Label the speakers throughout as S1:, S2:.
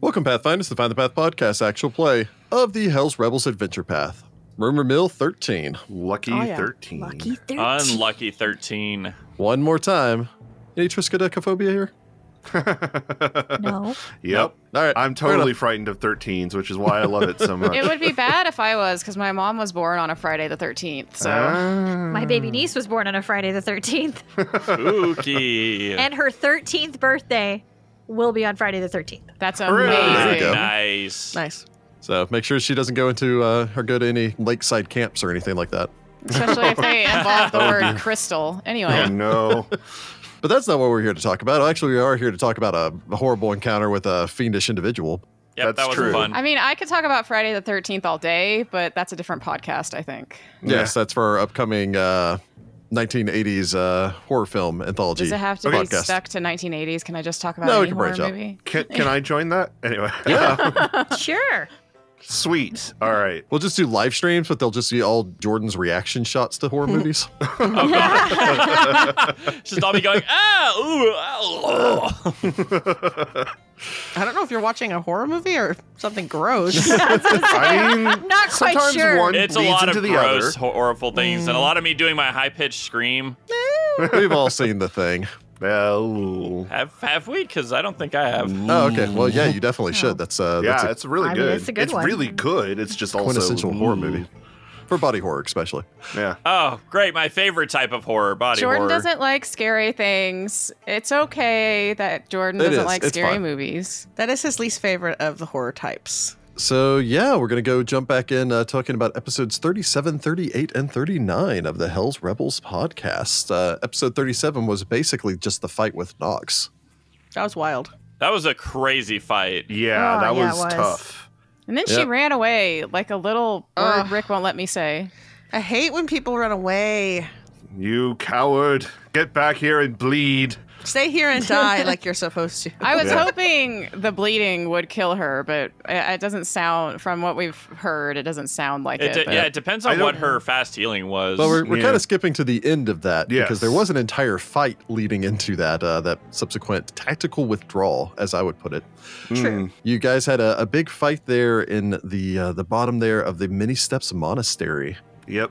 S1: Welcome, Pathfinders, to Find the Path podcast actual play of the Hell's Rebels Adventure Path. Rumor Mill 13.
S2: Lucky
S3: Oh, yeah.
S2: 13.
S3: Lucky 13.
S4: Unlucky 13.
S1: One more time. Any triskaidekaphobia here?
S3: No.
S2: Yep.
S1: All right.
S2: I'm
S1: fair
S2: totally
S1: enough.
S2: frightened of 13s, which is why I love it so much.
S5: It would be bad if I was, because my mom was born on a Friday the 13th. So
S2: Ah.
S3: My
S1: Hmm.
S3: baby niece was born on a Friday the 13th,
S4: Spooky.
S3: and her 13th birthday will be on Friday the 13th.
S5: that's
S2: Hooray.
S5: amazing.
S2: There
S1: you go.
S4: Nice.
S5: Nice.
S1: So make sure she doesn't go into uh, or go to any lakeside camps or anything like that.
S5: Especially if they involve the word crystal.
S2: Oh,
S5: Anyway,
S2: no.
S1: But that's not what we're here to talk about. Actually, we are here to talk about a horrible encounter with a fiendish individual.
S4: Yep,
S2: That's
S4: that was
S2: true.
S4: fun.
S5: I mean, I could talk about Friday the 13th all day, but that's a different podcast, I think.
S1: Yes, that's for our upcoming uh, 1980s uh, horror film anthology
S5: Does it have to be
S1: podcast.
S5: stuck to 1980s? Can I just talk about
S1: No, we
S5: any
S1: can
S5: horror
S1: branch out.
S5: movie?
S2: Can, can I join that? Anyway.
S1: Yeah,
S3: Sure.
S2: Sweet. All right.
S1: we'll just do live streams, but they'll just be all Jordan's reaction shots to horror movies.
S4: Oh, God. It's Just all me going, ah, ooh, ah." ow.
S6: I don't know if you're watching a horror movie or something gross.
S2: I mean,
S3: I'm not quite
S2: sometimes
S3: sure.
S2: one
S4: It's a
S2: leads
S4: lot
S2: into
S4: of
S2: the
S4: gross,
S2: other.
S4: ho- horrible things, and a lot of me doing my high pitched scream.
S1: We've all seen the thing.
S2: Well,
S4: Have have we? Because I don't think I have.
S1: Oh, okay. Well, yeah, you definitely should. That's uh, that's
S2: Mm-hmm. yeah,
S1: a-
S2: it's really
S3: I mean,
S2: good.
S3: it's a good
S2: it's
S3: one.
S2: really good. It's just also
S1: quintessential horror movie for body horror, especially.
S2: Yeah.
S4: Oh, great! My favorite type of horror, body
S5: Jordan
S4: horror.
S5: doesn't like scary things. It's okay that Jordan
S1: It
S5: doesn't
S1: is.
S5: like
S1: It's
S5: scary
S1: fine.
S5: movies.
S6: that is his least favorite of the horror types.
S1: So yeah, we're gonna go jump back in uh, talking about episodes 37, 38, and 39 of the Hell's Rebels podcast. Uh, episode 37 was basically just the fight with Nox.
S6: That was wild.
S4: That was a crazy fight.
S2: Yeah,
S3: Oh,
S2: that
S3: yeah, it
S2: was,
S3: was.
S2: tough.
S5: And then she
S1: Yep.
S5: ran away like a little word Rick won't let me say.
S6: I hate when people run away.
S2: You coward. Get back here and bleed.
S6: Stay here and die like you're supposed to.
S5: I was
S2: Yeah.
S5: hoping the bleeding would kill her, but it- it doesn't sound, from what we've heard, it doesn't sound like
S4: It
S5: it.
S4: de-
S5: but-
S4: yeah, it depends
S2: I
S4: on
S2: don't-
S4: what her fast healing was.
S1: But we're, we're
S2: Yeah.
S1: kind of skipping to the end of that because there
S2: Yes.
S1: was an entire fight leading into that uh, that subsequent tactical withdrawal, as I would put it.
S2: Mm.
S3: True.
S1: You guys had a, a big fight there in the uh, the bottom there of the Many Steps Monastery,
S2: Yep.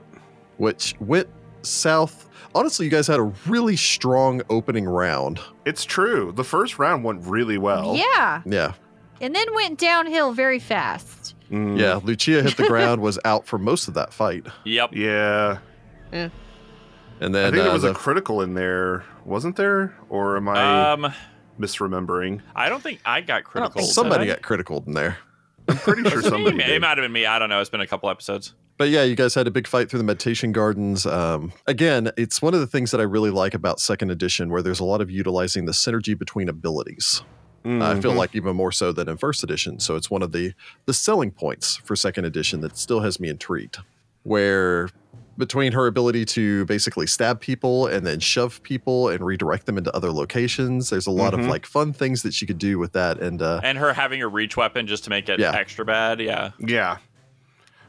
S1: which went south. Honestly, you guys had a really strong opening round.
S2: It's true. The first round went really well.
S3: Yeah.
S1: Yeah,
S3: And then went downhill very fast.
S2: Mm.
S1: yeah. Lucia hit the ground, was out for most of that fight,
S4: yep.
S2: Yeah.
S1: and
S2: I
S1: then
S2: think there
S1: uh,
S2: was a
S1: the-
S2: critical in there, wasn't there? Or am I
S4: Um,
S2: misremembering?
S4: I don't think I got critical. did
S1: somebody
S4: I?
S1: got critical in there.
S2: I'm pretty sure somebody.
S4: It
S2: did.
S4: might have been me. I don't know. It's been a couple episodes.
S1: But yeah, you guys had a big fight through the meditation gardens. Um, again, it's one of the things that I really like about second edition, where there's a lot of utilizing the synergy between abilities. Uh, I feel
S2: Mhm.
S1: like even more so than in first edition. So it's one of the the selling points for second edition that still has me intrigued. Where between her ability to basically stab people and then shove people and redirect them into other locations, there's a lot
S2: Mhm.
S1: of like fun things that she could do with that. And uh,
S4: And her having a reach weapon just to make it
S1: Yeah.
S4: extra bad. Yeah.
S2: Yeah.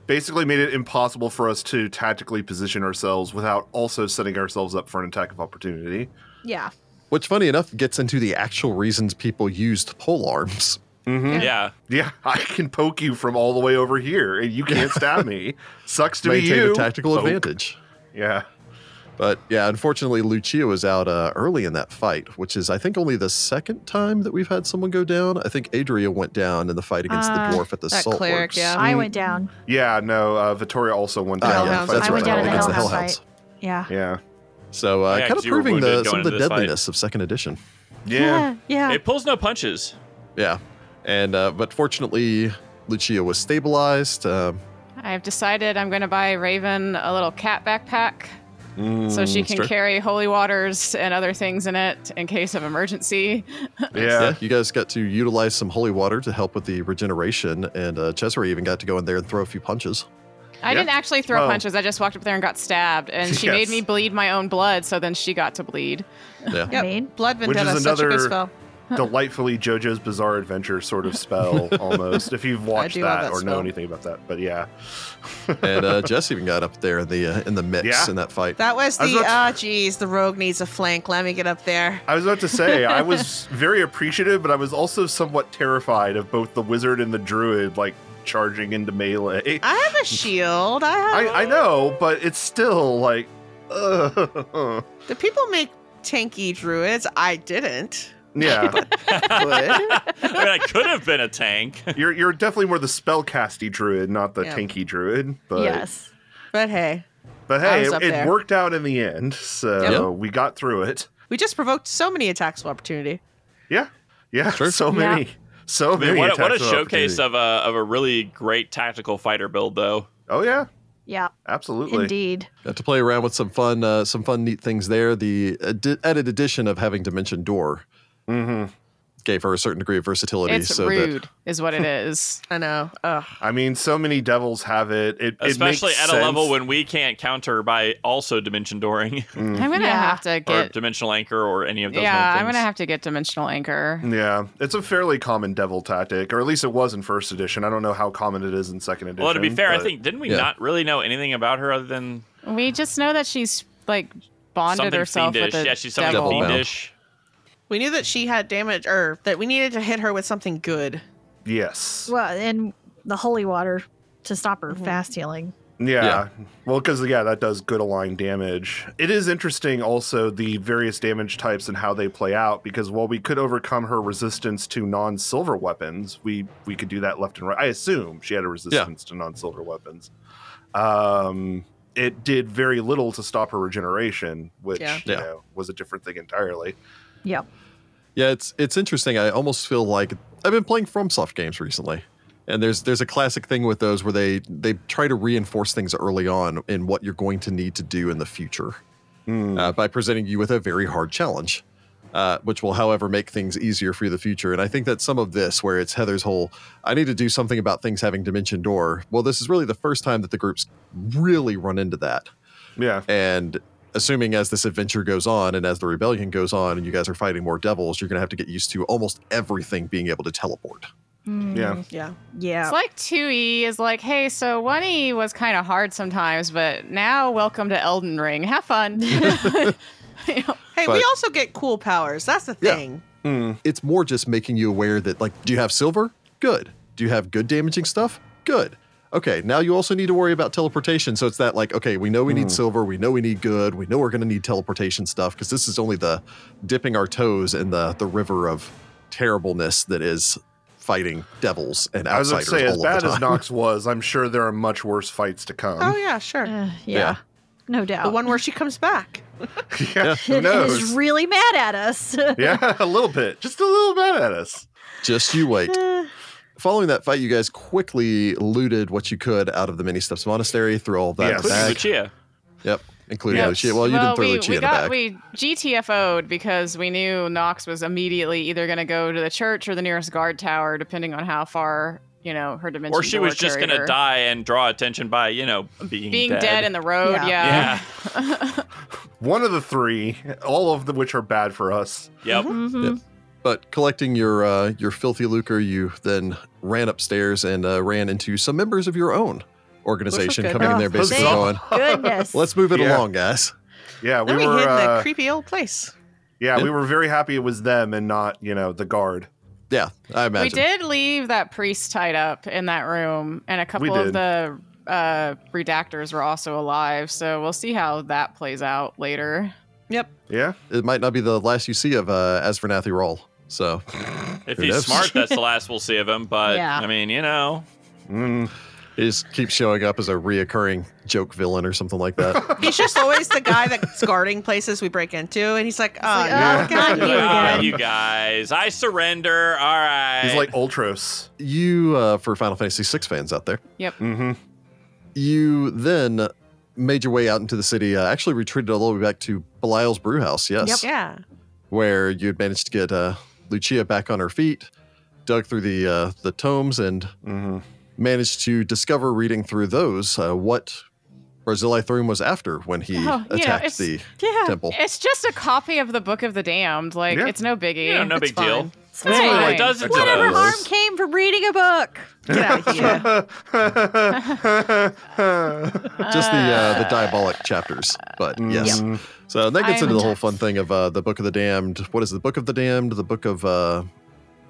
S2: Basically made it impossible for us to tactically position ourselves without also setting ourselves up for an attack of opportunity.
S3: Yeah.
S1: which, funny enough, gets into the actual reasons people used pole arms.
S2: Mm-hmm.
S4: Yeah.
S2: Yeah, I can poke you from all the way over here, and you can't stab me. Sucks to be
S1: maintain
S2: you.
S1: a tactical
S2: Poke.
S1: advantage.
S2: Yeah.
S1: But yeah, unfortunately, Lucia was out uh, early in that fight, which is, I think, only the second time that we've had someone go down. I think Adria went down in the fight against
S3: Ah,
S1: the dwarf at the
S6: that
S1: salt
S6: cleric,
S1: works.
S6: yeah.
S3: I went down.
S2: Yeah. No. Uh, Vittoria also went
S1: Ah,
S2: down. in
S1: yeah,
S2: the
S6: Hellhounds.
S2: fight
S1: that's
S3: I went
S1: right,
S3: down in the
S1: against the
S3: Hellhound
S1: Hellhounds.
S3: fight. Yeah.
S2: Yeah.
S1: So uh,
S4: Yeah,
S1: kind
S4: 'cause
S1: of
S4: you were
S1: proving the,
S4: wounded
S1: some
S4: going
S1: of the
S4: into this fight.
S1: deadliness of second edition.
S2: Yeah.
S5: Oh.
S3: Yeah.
S4: It pulls no punches.
S1: Yeah, and uh, but fortunately, Lucia was stabilized. Um,
S5: I've decided I'm going to buy Raven a little cat backpack so
S2: Mm,
S5: she can
S1: true.
S5: carry holy waters and other things in it in case of emergency.
S1: yeah.
S2: Yeah.
S1: you guys got to utilize some holy water to help with the regeneration, and uh, Cesare even got to go in there and throw a few punches.
S5: I
S2: Yeah.
S5: didn't actually throw
S2: Oh.
S5: punches. I just walked up there and got stabbed, and she
S2: Yes.
S5: made me bleed my own blood. So then she got to bleed.
S1: Yeah,
S3: I mean,
S6: Blood
S2: Which
S6: Vendetta,
S2: is
S6: such a
S2: another-
S6: good spell.
S2: delightfully JoJo's Bizarre Adventure sort of spell almost. If you've watched
S6: do love
S2: that,
S6: that
S2: or know
S6: spell.
S2: anything about that, but yeah,
S1: and uh, Jess even got up there in the uh, in the mix
S2: Yeah.
S1: in that fight.
S6: That was
S2: I was
S6: the
S2: about
S6: ah, geez, the rogue needs a flank. Let me get up there.
S2: I was about to say I was very appreciative, but I was also somewhat terrified of both the wizard and the druid like charging into melee.
S6: I have a shield. I have.
S2: I, I know, but it's still like. Uh,
S6: the people make tanky druids. I didn't.
S2: yeah,
S6: Good.
S4: I mean, I could have been a tank.
S2: you're you're definitely more the spellcasty druid, not the
S6: Yeah.
S2: tanky druid. But
S3: yes.
S6: but hey,
S2: but
S6: I
S2: hey,
S6: was
S2: it,
S6: up
S2: it
S6: there.
S2: worked out in the end, so
S1: Yep.
S2: we got through it.
S6: we just provoked so many attacks of opportunity.
S2: Yeah, yeah,
S1: Sure.
S2: so
S3: Yeah.
S2: many, so
S4: Man,
S2: many.
S4: what, a- what a
S2: attacks of
S4: showcase
S2: opportunity.
S4: of a of a really great tactical fighter build, though.
S2: Oh yeah,
S3: Yeah.
S2: absolutely.
S3: Indeed.
S1: Got to play around with some fun, uh, some fun, neat things there. The adi- added addition of having Dimension Door
S2: hmm
S1: gave her a certain degree of versatility.
S5: It's
S1: so that
S5: rude, is what it is.
S6: I know. Ugh.
S2: I mean, so many devils have it. It it
S4: Especially
S2: makes
S4: at a
S2: sense.
S4: level when we can't counter by also dimension dooring
S2: Mm.
S5: I'm gonna
S3: Yeah.
S5: have to
S4: or
S5: get.
S4: dimensional anchor or any of those.
S5: Yeah,
S4: other
S5: I'm gonna
S4: things.
S5: have to get dimensional anchor.
S2: Yeah, it's a fairly common devil tactic, or at least it was in first edition. I don't know how common it is in second edition.
S4: Well, to be fair, I
S2: but-
S4: think didn't we
S1: Yeah.
S4: not really know anything about her other than
S5: We just know that she's like bonded
S4: something
S5: herself
S4: fiendish?
S5: with a
S4: yeah, she's something
S5: devil.
S1: Devil bound.
S4: fiendish.
S6: We knew that she had damage, or that we needed to hit her with something good.
S2: yes,
S3: Well, and the holy water to stop her
S6: Mm-hmm.
S3: fast healing.
S2: Yeah. Well, because, yeah, that does good align damage. It is interesting also the various damage types and how they play out because while we could overcome her resistance to non silver weapons, we, we could do that left and right. I assume she had a resistance to non silver weapons. Um, it did very little to stop her regeneration, which
S6: Yeah.
S2: you
S1: Yeah.
S2: know was a different thing entirely.
S3: Yeah.
S1: Yeah, it's it's interesting. I almost feel like I've been playing FromSoft games recently, and there's there's a classic thing with those where they they try to reinforce things early on in what you're going to need to do in the future
S2: Hmm.
S1: uh, by presenting you with a very hard challenge, uh, which will, however, make things easier for you in the future. And I think that some of this, where it's Heather's whole, I need to do something about things having Dimension Door. Well, this is really the first time that the groups really run into that.
S2: Yeah.
S1: And assuming as this adventure goes on and as the rebellion goes on and you guys are fighting more devils, you're going to have to get used to almost everything being able to teleport.
S2: Yeah.
S6: Yeah.
S3: Yeah.
S5: It's like 2E is like, hey, so 1E was kind of hard sometimes, but now welcome to Elden Ring. Have fun. You know,
S6: Hey,
S1: But-
S6: we also get cool powers. That's the
S1: Yeah.
S6: thing.
S2: Hmm.
S1: It's more just making you aware that, like, do you have silver? Good. Do you have good damaging stuff? Good. Okay, now you also need to worry about teleportation. So it's that like, okay, we know we
S2: Hmm.
S1: need silver, we know we need good, we know we're gonna need teleportation stuff, because this is only the dipping our toes in the the river of terribleness that is fighting devils and
S2: I was going
S1: outsiders
S2: to say, as
S1: all of
S2: bad
S1: the
S2: as
S1: time.
S2: Nox was, I'm sure there are much worse fights to come.
S6: oh yeah, sure.
S3: Uh, yeah.
S1: Yeah.
S3: No doubt.
S6: The one where she comes back.
S2: yeah. Who
S3: It
S2: knows?
S3: is really mad at us.
S2: yeah, a little bit, just a little bit at us.
S1: Just you wait. Following that fight, you guys quickly looted what you could out of the Mini Steps Monastery, threw all that
S2: Yes.
S1: in a
S4: Including
S1: bag.
S4: Lucia.
S1: Yep, including
S2: Yes.
S1: Lucia. Well, you didn't throw
S5: we,
S1: Lucia
S5: we
S1: in a
S5: got
S1: bag.
S5: we GTFO'd because we knew Knox was immediately either going to go to the church or the nearest guard tower, depending on how far you know her dimension.
S4: Or she was just
S5: going
S4: going to
S5: to
S4: die and draw attention by, you know, being,
S5: being dead. in the road.
S3: Yeah.
S5: Yeah.
S4: Yeah.
S2: One of the three, all of the which are bad for us.
S4: Yep.
S3: Mhm.
S1: Yep. But collecting your uh, your filthy lucre, you then ran upstairs and uh, ran into some members of your own organization
S6: good.
S1: coming in
S3: Oh,
S1: there, basically
S3: thank
S1: going,
S3: Goodness.
S1: "Let's move it
S2: Yeah.
S1: along, guys."
S2: Yeah, we
S6: Then we,
S2: were.
S6: hid in
S2: uh,
S6: that creepy old place.
S2: yeah, we were very happy it was them and not you know the guard.
S1: Yeah, I imagine.
S5: We did leave that priest tied up in that room, and a couple
S2: did.
S5: of the uh, redactors were also alive. So we'll see how that plays out later.
S6: Yep.
S2: Yeah,
S1: It might not be the last you see of uh, Asvernathi Roll. So
S4: If
S1: Who
S4: he's
S1: knows?
S4: smart, that's the last we'll see of him. But
S3: Yeah.
S4: I mean, you know,
S2: Mm.
S1: he just keeps showing up as a reoccurring joke villain or something like that.
S6: He's just always the guy that's guarding places we break into, and he's like, "Oh,
S3: like,
S6: no."
S2: Yeah.
S3: oh, God, you
S4: Ah,
S3: again.
S4: you guys, I surrender. All right.
S2: he's like oh, Ultros.
S1: you, uh, for Final Fantasy VI fans out there,
S5: Yep.
S2: Mm-hmm.
S1: you then made your way out into the city. Uh, actually, retreated all the way back to Belial's Brewhouse. Yes,
S6: Yeah.
S1: where you had managed to get uh, Lucia back on her feet, dug through the uh, the tomes, and
S2: Mm-hmm.
S1: managed to discover, reading through those, uh, what Whereas Elithrum was after when he
S5: Oh, you know,
S1: attacked
S5: it's-
S1: the
S3: Yeah.
S1: temple.
S5: It's just a copy of the Book of the Damned. Like
S2: Yeah.
S5: it's no biggie.
S4: You know, no
S5: It's
S4: big deal.
S5: fine.
S3: It's
S5: It's
S3: fine.
S5: fine.
S4: Well, it does it
S3: Whatever
S4: does.
S3: harm came from reading a book.
S6: Get out of here.
S1: Just the uh, the diabolic chapters, but
S2: Mm.
S1: yes.
S2: Mm-hmm.
S1: So that gets
S5: I'm
S1: into the whole
S5: attacked.
S1: fun thing of uh, the Book of the Damned. What is the Book of the Damned? The Book of uh,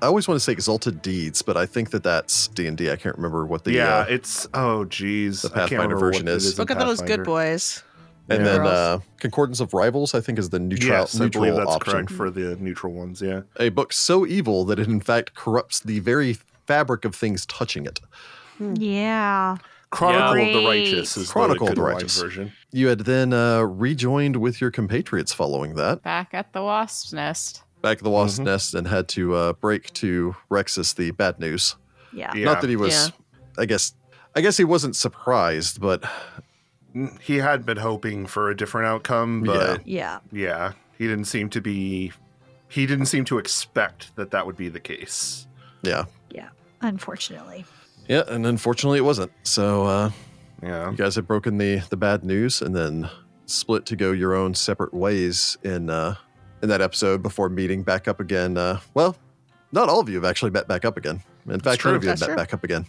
S1: I always want to say Exalted Deeds, but I think that that's D and I can't remember what the
S2: yeah,
S1: uh,
S2: it's oh geez,
S1: the
S2: I can't
S1: Pathfinder
S2: remember what
S1: version
S2: it
S1: is.
S2: in
S6: Look at those good
S2: Pathfinder.
S6: boys.
S1: and then
S5: Girls.
S1: uh, Concordance of Rivals. I think is the neutral
S2: Yes, I
S1: neutral
S2: believe that's
S1: option.
S2: correct for the neutral ones. Yeah,
S1: A book so evil that it in fact corrupts the very fabric of things touching it.
S3: Yeah.
S2: Chronicle of the
S3: Great.
S2: Righteous is
S1: Chronicle
S2: the
S1: of the
S2: good line
S1: Righteous.
S2: version.
S1: You had then uh, rejoined with your compatriots following that
S5: Back at the wasp's nest.
S1: back at the Wasp's
S2: Mhm.
S1: Nest and had to uh, break to Rexus the bad news.
S3: Yeah.
S2: Yeah.
S1: Not that he was. I guess. I guess he wasn't surprised, but
S2: he had been hoping for a different outcome, but
S3: Yeah.
S2: yeah. he didn't seem to be. He didn't seem to expect that that would be the case.
S1: yeah,
S3: Unfortunately.
S1: yeah. And unfortunately, it wasn't. So uh,
S2: Yeah,
S1: you guys had broken the the bad news and then split to go your own separate ways in uh, in that episode before meeting back up again. Uh, well, not all of you have actually met back up again. In fact,
S2: true.
S1: none of you have met
S6: That's true.
S1: back up again.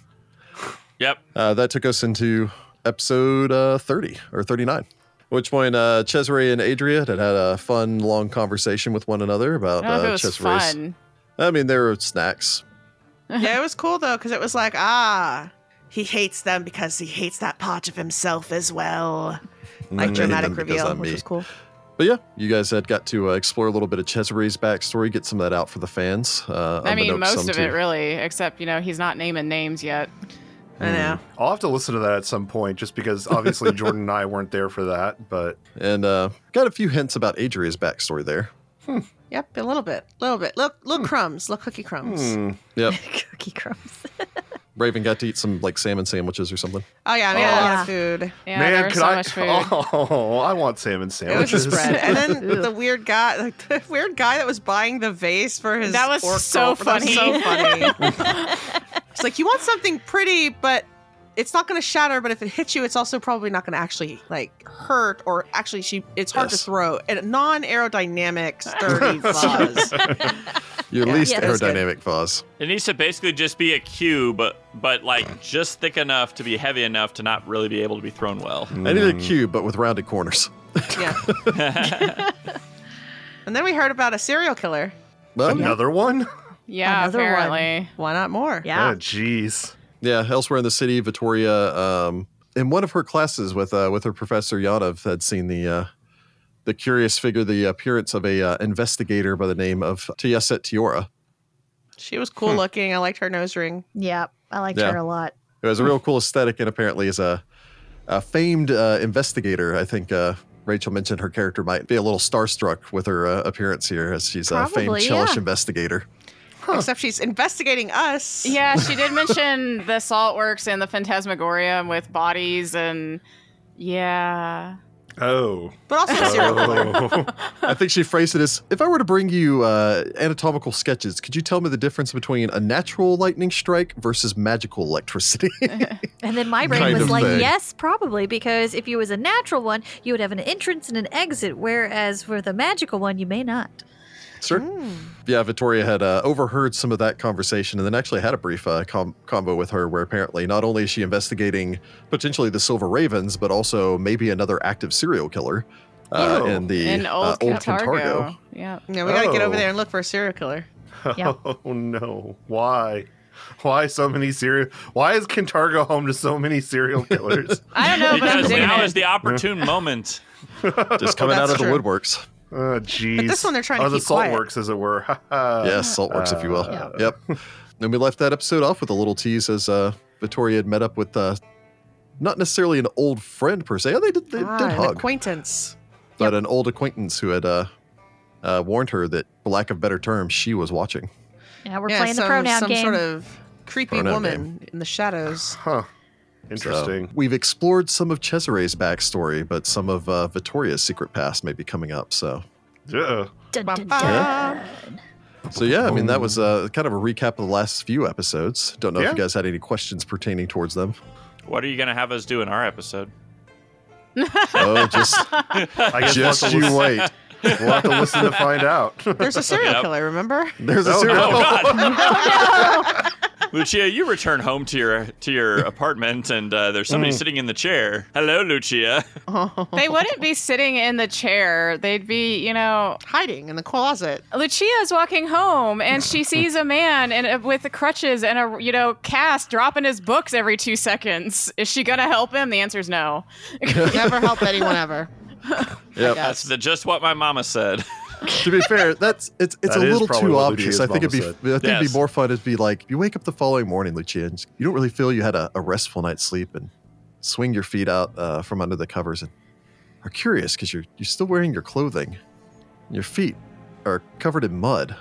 S4: Yep.
S1: Uh, that took us into episode uh, 30 or 39. At which point, uh, Cesare and Adria had had a fun, long conversation with one another
S5: I
S1: about
S5: don't know if Oh, it
S1: uh,
S5: was
S1: Cesare's.
S5: fun.
S1: I mean, there were snacks,
S6: yeah, it was cool though because it was like, ah, he hates them because he hates that part of himself as well. Like
S1: hate them
S6: dramatic
S1: because
S6: reveal,
S1: I'm
S6: which
S1: me.
S6: was cool.
S1: But yeah, you guys had got to uh, explore a little bit of Cesare's backstory, get some of that out for the fans. Uh,
S5: I mean,
S1: unbeknownst
S5: most
S1: some
S5: of
S1: to-
S5: it really, except you know he's not naming names yet.
S6: I know.
S2: I'll have to listen to that at some point, just because obviously Jordan and I weren't there for that. But
S1: And uh, got a few hints about Adria's backstory there.
S6: Yep, a little bit, little bit. Look, little crumbs, little cookie crumbs.
S2: Hmm,
S1: Yep.
S3: Cookie crumbs.
S1: Raven got to eat some like salmon sandwiches or something.
S6: Oh yeah, I made a lot
S3: Yeah.
S6: of food.
S5: Yeah, there
S2: man,
S5: was
S2: could
S5: so
S2: I?
S5: much food.
S2: Oh, I want salmon
S6: It was a
S2: sandwiches.
S6: spread, and then the weird guy, like, the weird guy that was buying the vase for his
S5: That was
S6: orc
S5: so
S6: girlfriend, that was
S5: funny.
S6: so funny.
S2: Oh.
S6: it's like you want something pretty, but it's not going to shatter. But if it hits you, it's also probably not going to actually like hurt, or actually, she it's hard
S1: Yes.
S6: to throw. And a non-aerodynamic sturdy vase.
S1: Your
S6: Yeah.
S1: least
S3: Yeah,
S6: that's good.
S1: aerodynamic vase.
S4: It needs to basically just be a cue, but but like just thick enough to be heavy enough to not really be able to be thrown well.
S2: Hmm.
S1: I need a
S2: Mm.
S1: cube, but with rounded corners.
S6: yeah. and then we heard about a serial killer.
S1: Well,
S2: Another one?
S5: yeah,
S3: Another one.
S5: apparently.
S6: Why not more?
S3: Yeah.
S2: Oh, jeez.
S1: yeah, elsewhere in the city, Vittoria, um, in one of her classes with uh, with her professor Yanov, had seen the uh, the curious figure, the appearance of a uh, investigator by the name of Tiaset Tiora,
S6: She was cool looking. I liked her nose ring.
S3: Yeah. I liked
S1: Yeah.
S3: her a lot.
S1: who has a real cool aesthetic and apparently is a, a famed uh, investigator. I think uh, Rachel mentioned her character might be a little starstruck with her uh, appearance here, as she's a famed
S3: Probably,
S1: Chelish
S3: yeah.
S1: investigator.
S6: Except she's investigating us.
S5: Yeah, she did mention the salt works and the phantasmagorium with bodies and yeah.
S2: Oh.
S6: But also a serial killer.
S2: oh.
S1: I think she phrased it as if I were to bring you uh, anatomical sketches, could you tell me the difference between a natural lightning strike versus magical electricity?
S3: And then my brain
S1: Kind
S3: was
S1: of
S3: like,
S1: thing.
S3: yes, probably, because if you was a natural one, you would have an entrance and an exit, whereas for the magical one, you may not.
S1: Sure. Yeah, Vittoria had uh, overheard some of that conversation and then actually had a brief uh, com- combo with her where apparently not only is she investigating potentially the Silver Ravens, but also maybe another active serial killer uh,
S2: Oh.
S1: in the
S5: And old,
S1: uh, old Cantargo.
S5: Yeah.
S6: Yeah, we gotta get over
S2: Oh.
S6: there and look for a serial killer.
S3: Yeah.
S2: Oh no. Why? Why so many serial why is Kintargo home to so many serial killers?
S5: I don't know, but I'm
S4: because
S5: digging
S4: now
S5: it.
S4: is the opportune moment.
S1: Just coming out
S6: That's
S1: of the
S6: true.
S1: woodworks.
S2: oh jeez.
S6: But this one they're trying
S2: oh,
S6: to
S2: the
S6: keep
S2: salt
S6: quiet.
S2: works as it were. Ha, ha. Uh,
S1: yes, Saltworks, if you will.
S3: Yeah.
S1: Yep. And we left that episode off with a little tease as uh, Vittoria had met up with uh, not necessarily an old friend per se. Oh, they did, they
S6: Ah,
S1: did
S6: an
S1: hug,
S6: acquaintance.
S1: but an old acquaintance who had uh, uh, warned her that, for lack of better term, she was watching.
S3: Now we're
S6: Yeah,
S3: playing
S6: some-
S3: the pronoun
S6: some
S3: game.
S6: sort of creepy
S1: Pronoun
S6: woman in the shadows.
S2: Huh.
S1: So
S2: Interesting.
S1: we've explored some of Cesare's backstory, but some of uh, Vittoria's secret past may be coming up. So,
S2: yeah.
S3: Dun, dun,
S6: Ba-ba.
S3: dun.
S1: so yeah, I mean, that was uh, kind of a recap of the last few episodes. Don't know if
S2: Yeah.
S1: you guys had any questions pertaining towards them.
S4: What are you gonna have us do in our episode?
S1: Oh, just
S2: I guess we'll have
S1: just
S2: to
S1: you
S2: listen-
S1: wait.
S2: we'll have to listen to find out.
S6: There's a serial
S4: Yep.
S6: killer, remember?
S1: There's a
S2: Oh,
S1: serial.
S4: Oh God, Lucia, you return home to your to your apartment, and uh, there's somebody
S2: Mm.
S4: sitting in the chair. Hello, Lucia.
S5: they wouldn't be sitting in the chair. They'd be, you know,
S6: Hiding in the closet.
S5: Lucia's walking home and she sees a man in a, with the crutches and a you know cast dropping his books every two seconds. Is she gonna help him? The answer's no.
S6: Never help anyone ever.
S1: Yep.
S4: That's the, just what my mama said.
S1: to be fair, that's it's it's
S2: That
S1: a
S2: is
S1: little
S2: probably
S1: too
S2: what
S1: obvious.
S2: Lucia's
S1: I think it'd be
S2: mama
S1: I think it'd
S4: Yes.
S1: be more fun to be like you wake up the following morning, Lucia, and you don't really feel you had a, a restful night's sleep, and swing your feet out uh, from under the covers and are curious because you're you're still wearing your clothing. Your feet are covered in mud.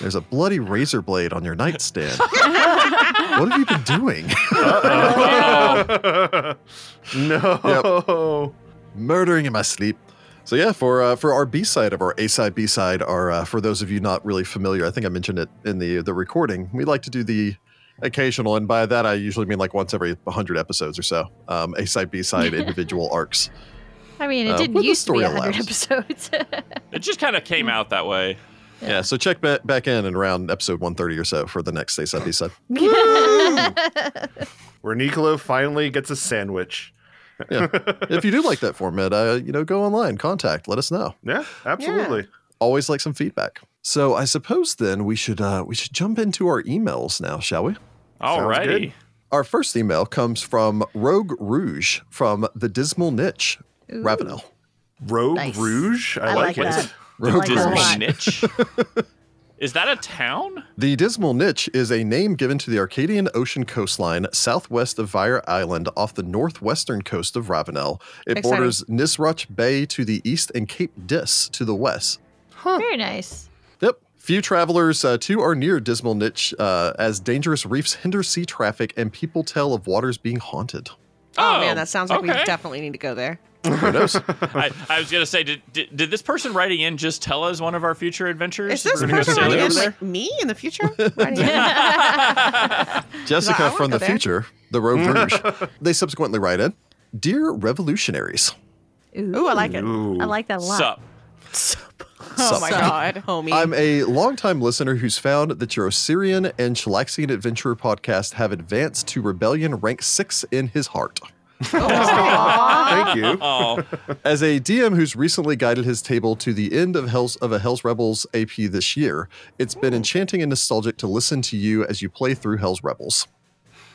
S1: There's a bloody razor blade on your nightstand. what have you been doing?
S2: Uh-oh. no.
S1: murdering in my sleep. So yeah, for uh, for our B side of our A side B side, our uh, for those of you not really familiar, I think I mentioned it in the the recording. We like to do the occasional, and by that I usually mean like once every hundred episodes or so. Um, A side B side individual arcs.
S3: I mean, it
S1: Uh,
S3: didn't
S1: well, the
S3: used to be
S1: story
S3: 100
S1: allows.
S3: episodes.
S4: It just kind of came out that way.
S1: Yeah. so check ba- back in and around episode one thirty or so for the next A side B side.
S2: Where Nicolo finally gets a sandwich.
S1: Yeah. if you do like that format, uh, you know, go online, contact, let us know.
S2: Yeah, absolutely.
S1: Always like some feedback. So I suppose then we should uh, we should jump into our emails now, shall we?
S4: Alrighty.
S1: Our first email comes from Rogue Rouge from the Dismal Niche, Ravenel.
S2: Rogue
S3: Nice.
S2: Rouge. I,
S3: I
S2: like,
S3: like
S2: it.
S3: that.
S1: Rogue
S3: like that a
S1: Rouge.
S4: Dismal
S3: lot.
S4: niche. Is that a town?
S1: The Dismal Niche is a name given to the Arcadian Ocean coastline southwest of Vire Island off the northwestern coast of Ravenel. It
S6: Exciting.
S1: borders Nisroch Bay to the east and Cape Dis to the west.
S3: Very nice.
S1: Yep. Few travelers uh, to or near Dismal Niche uh, as dangerous reefs hinder sea traffic and people tell of waters being haunted.
S6: Oh, man, that sounds like we
S4: okay.
S6: definitely need to go there.
S1: Who knows?
S4: I, I was gonna say, did, did did this person writing in just tell us one of our future adventures?
S6: Is this
S4: We're gonna go
S6: person
S4: sail
S6: writing
S4: over
S6: in
S4: there?
S6: like me in the future? Writing in?
S1: Jessica
S6: I wanna
S1: from
S6: go
S1: the
S6: there.
S1: future, the Rogue Rouge. Mm. they subsequently write in Dear revolutionaries,
S6: Ooh, I like it.
S2: Ooh.
S3: I like that a lot.
S4: Sup?
S5: Oh my
S1: Sup?
S5: god.
S6: Homie.
S1: I'm a longtime listener who's found that your Osirian and Chilaxian Adventurer podcast have advanced to Rebellion rank six in his heart.
S6: Ah,
S2: Thank you.
S4: Oh,
S1: As a DM who's recently guided his table to the end of Hell's of a Hell's Rebels AP this year, it's been enchanting and nostalgic to listen to you as you play through Hell's Rebels.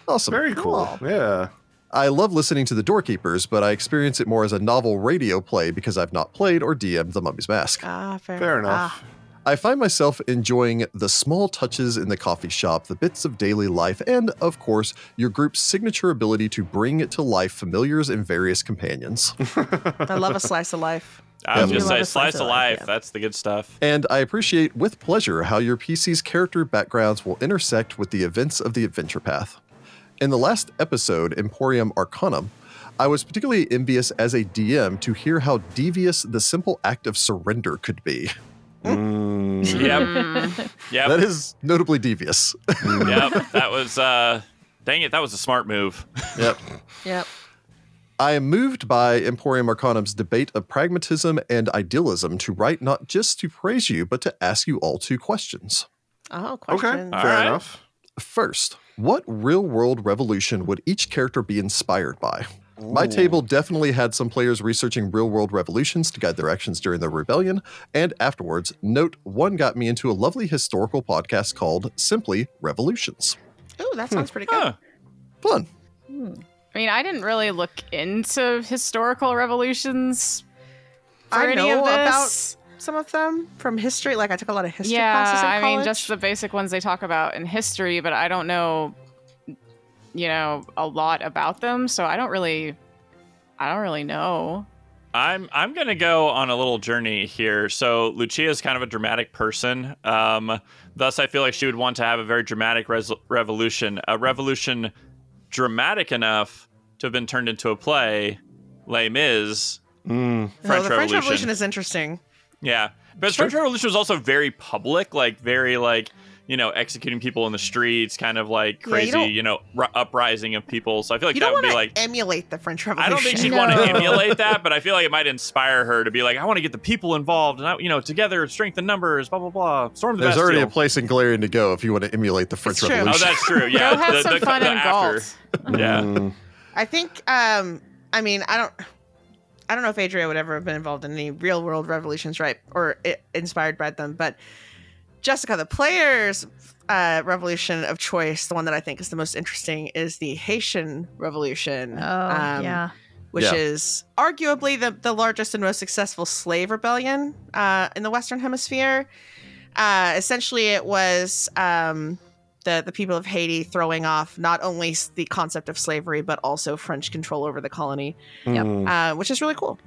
S1: Awesome.
S2: Very cool. Yeah.
S1: I love listening to The Doorkeepers, but I experience it more as a novel radio play because I've not played or DM'd The Mummy's Mask.
S6: ah, fair,
S2: Fair enough.
S1: I find myself enjoying the small touches in the coffee shop, the bits of daily life, and, of course, your group's signature ability to bring to life familiars and various companions.
S6: Ah, I love a slice of life.
S4: I was
S1: Yeah.
S4: gonna
S6: Love
S4: say
S6: a
S4: slice of life. That's the good stuff.
S1: and I appreciate with pleasure how your PC's character backgrounds will intersect with the events of the adventure path. In the last episode, Emporium Arcanum, I was particularly envious as a DM to hear how devious the simple act of surrender could be.
S2: Mm,
S4: Yep.
S6: Mm.
S4: Yep.
S1: That is notably devious.
S4: yep. That was. uh Dang it! That was a smart move.
S1: yep.
S6: Yep.
S1: I am moved by Emporium Arcanum's debate of pragmatism and idealism to write not just to praise you, but to ask you all two questions.
S6: Oh,
S2: okay.
S6: question.
S4: All
S2: Fair
S4: right.
S2: enough.
S1: First, what real world revolution would each character be inspired by? My table definitely had some players researching real world revolutions to guide their actions during the rebellion, and afterwards, note one got me into a lovely historical podcast called Simply Revolutions.
S6: Ooh, that sounds pretty good.
S4: Huh.
S1: Fun.
S5: I mean, I didn't really look into historical revolutions for
S6: I
S5: any
S6: know
S5: of
S6: about
S5: this.
S6: Some of them from history, like I took a lot of history classes in
S5: yeah, I
S6: college.
S5: mean, just the basic ones they talk about in history, but I don't know, you know, a lot about them, so I don't really, I don't really know.
S4: I'm I'm gonna go on a little journey here. So Lucia is kind of a dramatic person. Um, thus, I feel like she would want to have a very dramatic res- revolution, a revolution dramatic enough to have been turned into a play, Les Mis,
S2: Mm,
S6: No,
S4: French
S6: the French
S4: Revolution.
S6: Revolution is interesting.
S4: yeah, but French Revolution was also very public, like very like you know, executing people in the streets, kind of like
S6: Yeah, you
S4: crazy,
S6: don't-
S4: you, know, r- uprising of people. So I feel like
S6: you
S4: that
S6: don't
S4: would
S6: want
S4: be
S6: to
S4: like.
S6: emulate the French Revolution.
S4: I don't think she'd
S3: No.
S4: want to emulate that, but I feel like it might inspire her to be like, I want to get the people involved, and I, you know, together, strength in numbers, blah blah blah. Storm the
S1: There's
S4: Bastille.
S1: already a place in Galarian to go if you want to emulate the French
S6: It's true.
S1: Revolution.
S4: Oh, that's true. Yeah,
S5: Go have
S4: the- the-
S5: some fun
S4: the
S5: in
S4: after.
S5: golf.
S4: Yeah.
S1: Mm-hmm.
S2: Mm.
S6: I think. Um, I mean, I don't. I don't know if Adria would ever have been involved in any real world revolutions, right, or i inspired by them. But Jessica, the player's uh, revolution of choice, the one that I think is the most interesting, is the Haitian Revolution.
S3: Oh,
S6: um,
S3: yeah.
S6: which
S1: Yeah.
S6: is arguably the, the largest and most successful slave rebellion uh, in the Western Hemisphere. Uh, essentially, it was um, the, the people of Haiti throwing off not only s- the concept of slavery, but also French control over the colony,
S3: Yep.
S2: Mm.
S6: uh, which is really cool.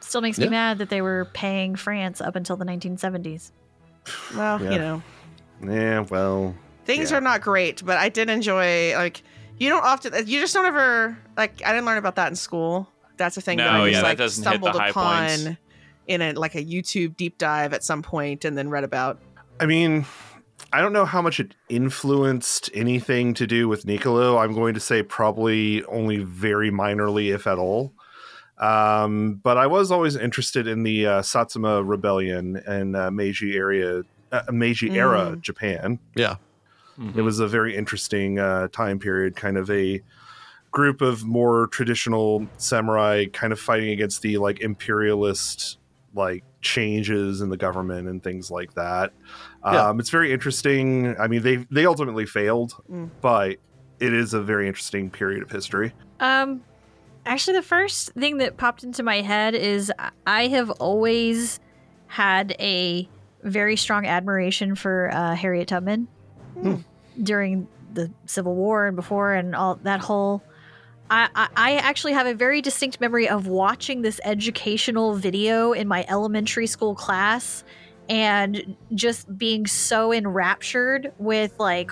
S3: Still makes me
S1: Yeah.
S3: mad that they were paying France up until the 1970s.
S6: Well,
S2: Yeah.
S6: you know,
S2: Yeah, well,
S6: things
S2: Yeah.
S6: are not great, but I did enjoy, like, you don't often, you just don't ever, like, I didn't learn about that in school. That's a thing that
S4: No,
S6: I
S4: yeah,
S6: just,
S4: that
S6: like,
S4: doesn't hit the
S6: stumbled
S4: high
S6: upon
S4: points.
S6: in a, like a YouTube deep dive at some point and then read about.
S2: I mean, I don't know how much it influenced anything to do with Niccolo. I'm going to say probably only very minorly, if at all. Um, but I was always interested in the uh, Satsuma Rebellion and uh, Meiji area, uh, Meiji era Japan. Mm-hmm. It was a very interesting uh, time period, kind of a group of more traditional samurai kind of fighting against the like imperialist like changes in the government and things like that.
S1: Yeah.
S2: Um, it's very interesting. I mean, they they ultimately failed,
S6: Mm.
S2: but it is a very interesting period of history.
S3: Um, actually, the first thing that popped into my head is I- I have always had a very strong admiration for uh, Harriet Tubman
S6: Hmm.
S3: during the Civil War and before, and all that whole. I, I I actually have a very distinct memory of watching this educational video in my elementary school class and just being so enraptured with like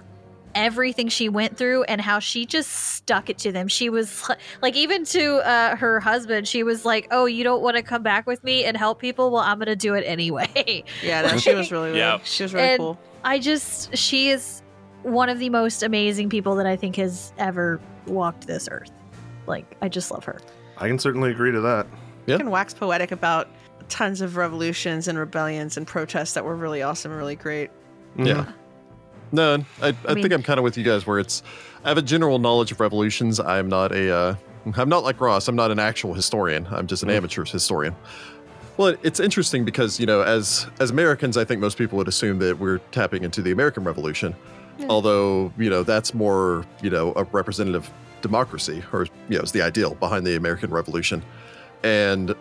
S3: everything she went through and how she just stuck it to them. She was li- like, even to uh, her husband, she was like, "Oh, you don't want to come back with me and help people? Well, I'm gonna do it anyway."
S6: Yeah, that, she was really, really
S4: Yeah.
S6: she was really
S3: And-
S6: cool.
S3: I just, she is one of the most amazing people that I think has ever walked this earth. Like, I just love her.
S2: I can certainly agree to that.
S1: Yeah.
S6: You can wax poetic about tons of revolutions and rebellions and protests that were really awesome and really great.
S2: Mm-hmm.
S1: Yeah. No, I, I,
S3: mean-
S1: think I'm kind of with you guys where it's I have a general knowledge of revolutions. I'm not a uh, I'm not like Ross. I'm not an actual historian. I'm just an amateur historian. Well, it- it's interesting because you know, as as Americans, I think most people would assume that we're tapping into the American Revolution, although you know that's more you know a representative democracy or you know is the ideal behind the American Revolution, and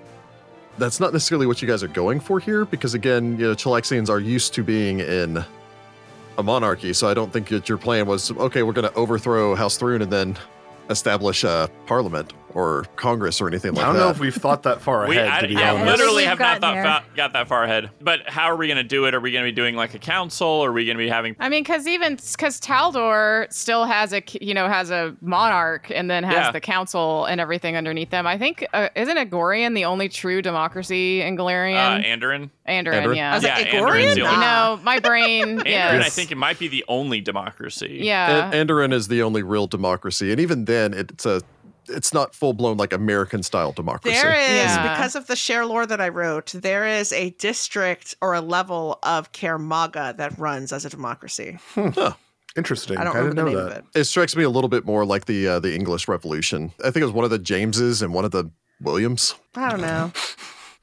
S1: that's not necessarily what you guys are going for here because again, you know, Chilexians are used to being in a monarchy, so I don't think that your plan was okay. We're going to overthrow House Thrune and then establish a parliament or Congress or anything like
S2: I don't
S1: that.
S2: know if we've thought that far
S4: We,
S2: ahead.
S4: I,
S2: to be
S4: I
S3: don't
S2: honest,
S3: think
S4: literally
S3: we've
S4: have not
S3: gotten
S4: thought, fa- got that far ahead. But how are we going to do it? Are we going to be doing like a council? Are we going to be having?
S5: I mean, because even because Taldor still has a k- you know has a monarch and then has
S4: Yeah.
S5: the council and everything underneath them. I think uh, isn't Agorian the only true democracy in
S4: Uh,
S5: Galarian?
S4: Andoran.
S5: Andorin,
S1: Andorin?
S5: yeah.
S6: I was
S4: Yeah,
S6: like,
S4: Andorian's
S6: Igorian?
S4: the only-
S5: you
S6: Nah.
S5: know, my brain.
S4: Andoran, I
S5: yes.
S4: think it might be the only democracy.
S5: yeah.
S1: And Andoran is the only real democracy, and even then, it's a it's not full blown like American style democracy.
S6: There is,
S5: Yeah.
S6: because of the share lore that I wrote, there is a district or a level of Kermaga that runs as a democracy.
S2: interesting.
S6: I
S2: I,
S6: don't
S2: didn't
S6: remember the
S2: know
S6: name
S2: that.
S6: of it.
S1: It strikes me a little bit more like the uh, the English Revolution. I think it was one of the Jameses and one of the Williams.
S6: I don't know.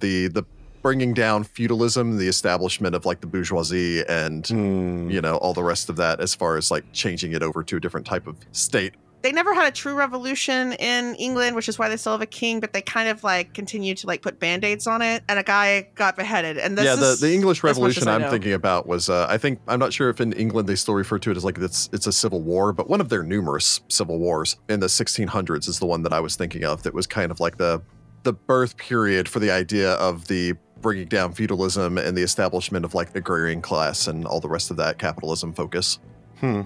S1: The the bringing down feudalism, the establishment of like the bourgeoisie, and
S2: Hmm.
S1: you know all the rest of that as far as like changing it over to a different type of state.
S6: they never had a true revolution in England, which is why they still have a king, but they kind of like continued to like put band-aids on it and a guy got beheaded. And this
S1: yeah, the,
S6: is
S1: the English
S6: as much as
S1: Revolution
S6: I
S1: I'm
S6: know.
S1: thinking about was uh, I think I'm not sure if in England they still refer to it as like it's it's a civil war, but one of their numerous civil wars in the 1600s is the one that I was thinking of that was kind of like the the birth period for the idea of the bringing down feudalism and the establishment of like agrarian class and all the rest of that capitalism focus.
S2: Hmm.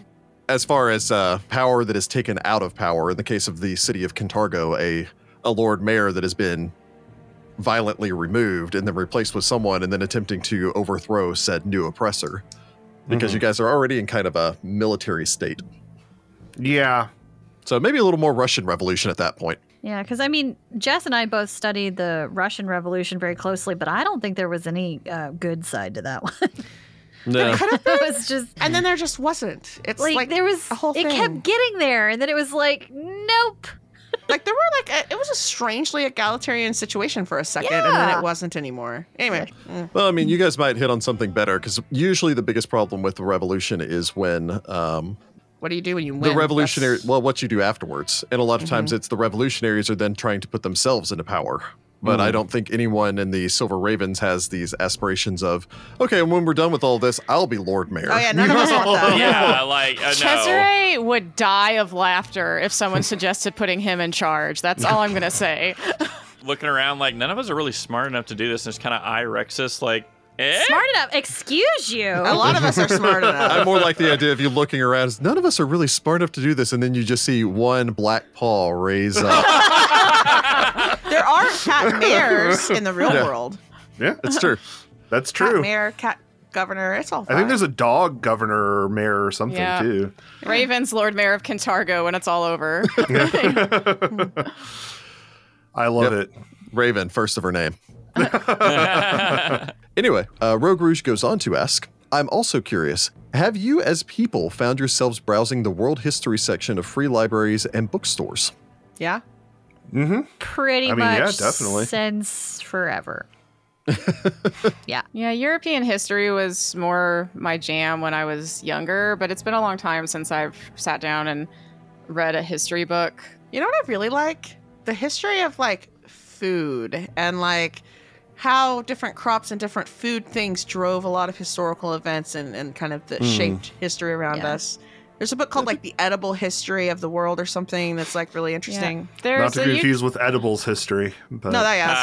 S1: as far as uh, power that is taken out of power, in the case of the city of Cantargo, a, a Lord Mayor that has been violently removed and then replaced with someone and then attempting to overthrow said new oppressor. because you guys are already in kind of a military state.
S2: Yeah.
S1: So maybe a little more Russian Revolution at that point.
S3: Yeah, because I mean, Jess and I both studied the Russian Revolution very closely, but I don't think there was any uh, good side to that one.
S1: No.
S3: it was just
S6: And then there just wasn't. It's
S3: like,
S6: like,
S3: there was
S6: a whole
S3: It
S6: thing.
S3: kept getting there, and then it was like, nope.
S6: like there were like a, it was a strangely egalitarian situation for a second, and then
S3: Yeah.
S6: it wasn't anymore. Anyway, mm.
S1: Well, I mean, you guys might hit on something better because usually the biggest problem with the revolution is when um,
S6: what do you do when you win?
S1: the revolutionary,
S6: That's- Mm-hmm.
S1: well, what you do afterwards. And a lot of times it's the revolutionaries are then trying to put themselves into power. But I don't think anyone in the Silver Ravens has these aspirations of, okay, when we're done with all this, I'll be Lord Mayor.
S6: oh yeah, none of us want that.
S4: yeah, like uh, no.
S5: Cesare would die of laughter if someone suggested putting him in charge. That's all I'm going to say.
S4: Looking around, like none of us are really smart enough to do this. And it's kind of eye Rexus, like, eh?
S3: Smart enough. Excuse you.
S6: A lot of us are smart
S1: I
S6: enough.
S1: more like the idea of you looking around as none of us are really smart enough to do this, and then you just see one black paw raise up.
S6: there are cat mayors in the real
S1: Yeah.
S6: world.
S2: Yeah.
S1: That's true.
S2: That's
S6: Cat
S2: true.
S6: mayor, cat governor. It's all.
S2: I
S6: Fine.
S2: think there's a dog governor or mayor or something
S5: Yeah.
S2: too.
S5: Raven's Lord Mayor of Cantargo when it's all over.
S2: I
S1: Yep.
S2: love it.
S1: Raven, first of her name. anyway, uh, Rogue Rouge goes on to ask I'm also curious. Have you, as people, found yourselves browsing the world history section of free libraries and bookstores?
S6: yeah.
S3: Pretty
S2: I mean,
S3: much
S2: yeah, definitely.
S3: since forever. yeah.
S5: yeah, European history was more my jam when I was younger, but it's been a long time since I've sat down and read a history book.
S6: You know what I really like? The history of like food and like how different crops and different food things drove a lot of historical events and, and kind of the shaped history around
S3: Yeah.
S6: us. There's a book called like the edible history of the world or something that's like really interesting.
S2: Not
S5: There's
S2: to
S5: a
S2: be
S5: you-
S2: confused with edibles history. But
S6: No, that, yeah, that's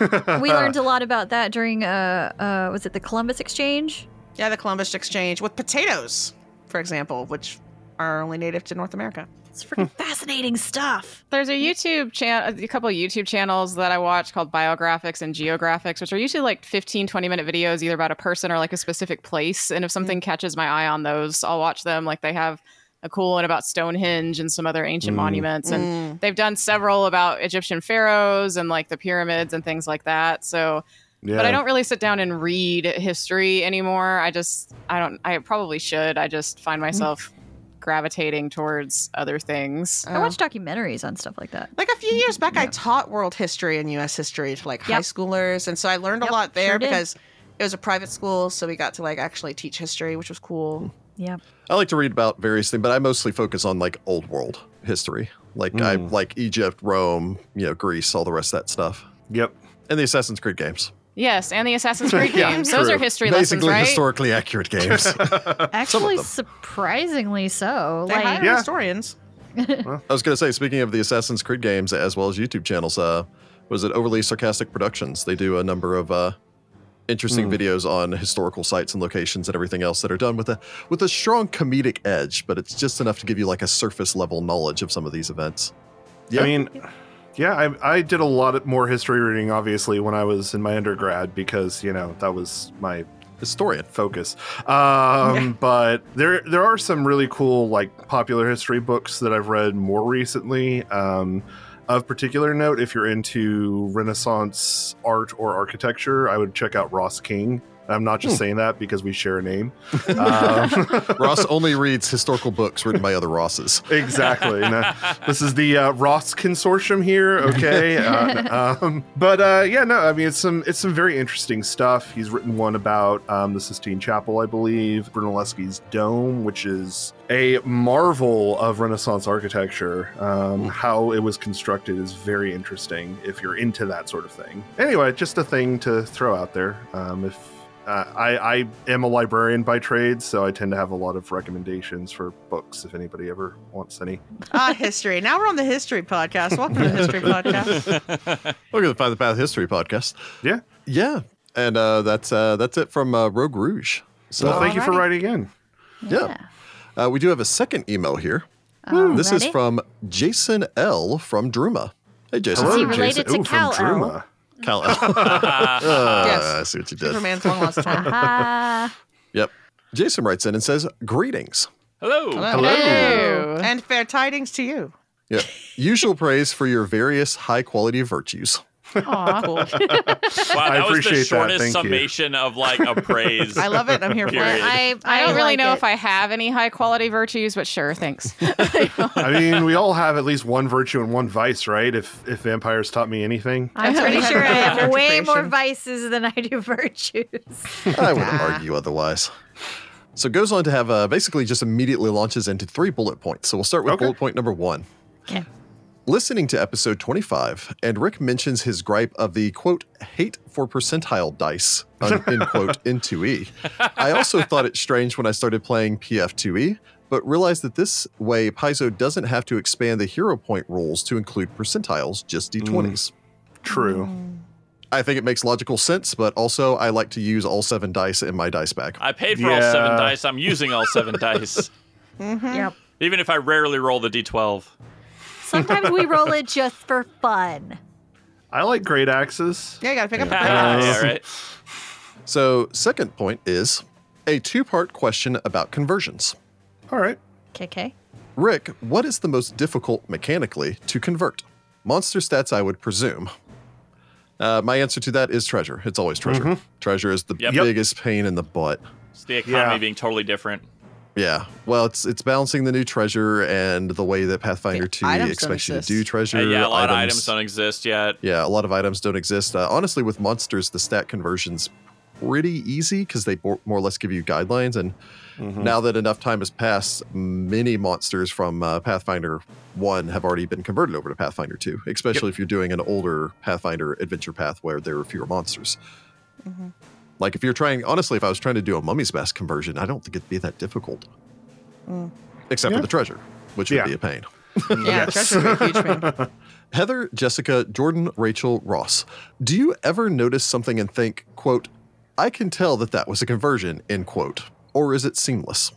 S6: different book.
S3: We learned a lot about that during uh uh was it the Columbus Exchange?
S6: Yeah, the Columbus Exchange with potatoes, for example, which are only native to North America.
S3: It's freaking fascinating stuff.
S5: There's a YouTube channel, a couple of YouTube channels that I watch called Biographics and Geographics, which are usually like 15, 20 minute videos either about a person or like a specific place. And if something catches my eye on those, I'll watch them. Like they have a cool one about Stonehenge and some other ancient monuments. And they've done several about Egyptian pharaohs and like the pyramids and things like that. So,
S2: yeah.
S5: but I don't really sit down and read history anymore. I just, I don't, I probably should. I just find myself gravitating towards other things.
S6: Oh.
S3: I watch documentaries on stuff like that.
S6: Like a few years back, I taught world history and U.S. history to like high
S3: Yep.
S6: schoolers, and so I learned
S3: Yep,
S6: a lot there
S3: sure did.
S6: because it was a private school, so we got to like actually teach history, which was cool.
S3: Yeah.
S1: I like to read about various things, but I mostly focus on like old world history. Like I like Egypt, Rome, you know, Greece, all the rest of that stuff.
S2: Yep.
S1: And the Assassin's Creed games.
S5: Yes, and the Assassin's Creed
S2: Yeah,
S5: games. Those
S1: True.
S5: are history
S1: Basically
S5: lessons, right?
S1: historically accurate games.
S3: Actually
S1: them.
S3: surprisingly so.
S6: They hire
S3: Like
S2: Yeah.
S6: historians.
S1: I was going to say, speaking of the Assassin's Creed games as well as YouTube channels, uh, was it Overly Sarcastic Productions? They do a number of uh, interesting videos on historical sites and locations and everything else that are done with a with a strong comedic edge, but it's just enough to give you like a surface level knowledge of some of these events. Yeah.
S2: I mean, yeah, I, I did a lot of more history reading, obviously, when I was in my undergrad because, you know, that was my
S1: Historian.
S2: focus. Um, But there there are some really cool like popular history books that I've read more recently. Um, of particular note, if you're into Renaissance art or architecture, I would check out Ross King. And I'm not just saying that because we share a name. Um,
S1: Ross only reads historical books written by other Rosses.
S2: exactly. No, this is the uh, Ross Consortium here, okay? Uh, um, but uh, yeah, no, I mean it's some it's some very interesting stuff. He's written one about um, the Sistine Chapel, I believe, Brunelleschi's dome, which is a marvel of Renaissance architecture. Um, How it was constructed is very interesting if you're into that sort of thing. Anyway, just a thing to throw out there. Um, if uh, I, I am a librarian by trade, so I tend to have a lot of recommendations for books if anybody ever wants any.
S6: Ah, history. Now we're on the history podcast. Welcome to the history podcast.
S1: We're going to find the Path History podcast.
S2: Yeah.
S1: Yeah, and uh, that's uh, that's it from uh, Rogue Rouge. So
S2: Well, thank you for
S6: Alrighty.
S2: writing in.
S3: Oh,
S1: Yeah. Uh, we do have a second email here. this is
S3: Alrighty.
S1: from Jason L. from Druma. Hey, Jason.
S3: Hello. he related to
S2: Ooh, from
S3: Cal-El?
S2: Druma.
S1: Cal L. Ah,
S6: Yes.
S1: I see what you did.
S6: Superman's long lost time.
S3: Aha.
S1: Yep. Jason writes in and says, Greetings.
S4: Hello.
S2: Hello.
S5: Hello.
S6: And fair tidings to you.
S1: Yeah. Usual praise for your various high quality virtues.
S5: Aw, cool.
S4: Wow,
S2: I
S4: that was the
S2: appreciate that.
S4: shortest
S2: Thank you.
S4: summation of like a praise.
S6: I love it. I'm here for
S4: Period.
S6: it.
S3: I,
S5: I don't really
S3: like
S5: know
S3: it.
S5: if I have any high quality virtues, but sure, thanks.
S2: I mean, we all have at least one virtue and one vice, right? If if vampires taught me anything,
S3: I'm
S6: I
S3: pretty
S6: have
S3: sure I have
S6: character
S3: way more
S6: creation.
S3: vices than I do virtues.
S1: I would argue otherwise. So goes on to have uh, basically just immediately launches into three bullet points. So we'll start with
S2: Okay.
S1: bullet point number one.
S3: Okay.
S1: Listening to episode 25, and Rick mentions his gripe of the quote, hate for percentile dice, un- end quote, in 2E. I also thought it strange when I started playing PF2E, E, but realized that this way Paizo doesn't have to expand the hero point rules to include percentiles, just d20s.
S2: true.
S1: I think it makes logical sense, but also I like to use all seven dice in my dice bag.
S4: I paid for all seven
S2: Yeah.
S4: dice. I'm using all seven dice,
S6: Mm-hmm.
S3: Yep.
S4: even if I rarely roll the d12.
S3: Sometimes we roll it just for fun.
S2: I like great axes.
S6: Yeah, you gotta pick up the
S4: yeah, right.
S1: So, second point is a two part question about conversions.
S2: All right.
S3: Okay, okay.
S1: Rick, what is the most difficult mechanically to convert? Monster stats, I would presume. Uh, my answer to that is treasure. It's always treasure. Treasure is the
S4: Mm-hmm. Yep. Yep.
S1: biggest pain in the butt.
S4: It's the economy
S2: Yeah.
S4: being totally different. Uh,
S1: Yeah. Well, it's it's balancing the new treasure and the way that Pathfinder 2
S6: items
S1: expects
S6: don't
S1: you to do
S6: exist.
S1: treasure.
S4: Uh, yeah, a lot of items don't exist yet.
S1: Yeah, a lot of items don't exist. Uh, honestly, with monsters, the stat conversion's pretty easy because they bo- more or less give you guidelines. And
S2: Mm-hmm.
S1: now that enough time has passed, many monsters from uh, Pathfinder 1 have already been converted over to Pathfinder 2, especially if you're doing an older Pathfinder adventure path where there are fewer monsters. Like if you're trying, honestly, if I was trying to do a Mummy's Mask conversion, I don't think it'd be that difficult. Except
S2: Yeah.
S1: for the treasure, which
S2: Yeah.
S1: would be a pain.
S5: Yeah,
S2: Yes.
S5: treasure would be a huge win.
S1: Heather, Jessica, Jordan, Rachel, Ross, do you ever notice something and think, quote, I can tell that that was a conversion, end quote, or is it seamless?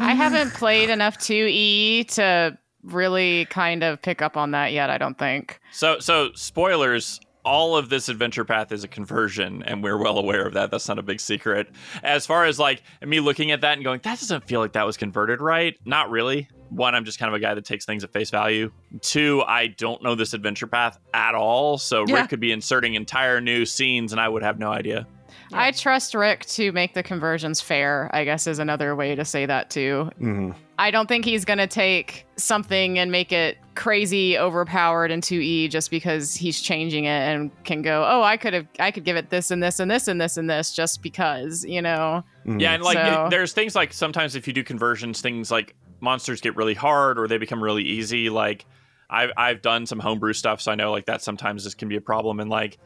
S5: I haven't played enough 2E to really kind of pick up on that yet, I don't think.
S4: So, so spoilers. All of this adventure path is a conversion, and we're well aware of that. That's not a big secret. As far as like me looking at that and going, that doesn't feel like that was converted right. Not really. One, I'm just kind of a guy that takes things at face value. Two, I don't know this adventure path at all. So
S5: Yeah.
S4: Rick could be inserting entire new scenes, and I would have no idea.
S5: I trust Rick to make the conversions fair, I guess is another way to say that too.
S2: hmm
S5: I don't think he's going to take something and make it crazy overpowered in 2E just because he's changing it and can go, "Oh, I could have I could give it this and this and this and this and this just because," you know.
S2: Mm. Mm-hmm.
S4: Yeah, and like
S5: So-
S4: it- there's things like sometimes if you do conversions, things like monsters get really hard or they become really easy. Like I've I've done some homebrew stuff, so I know like that sometimes this can be a problem, and like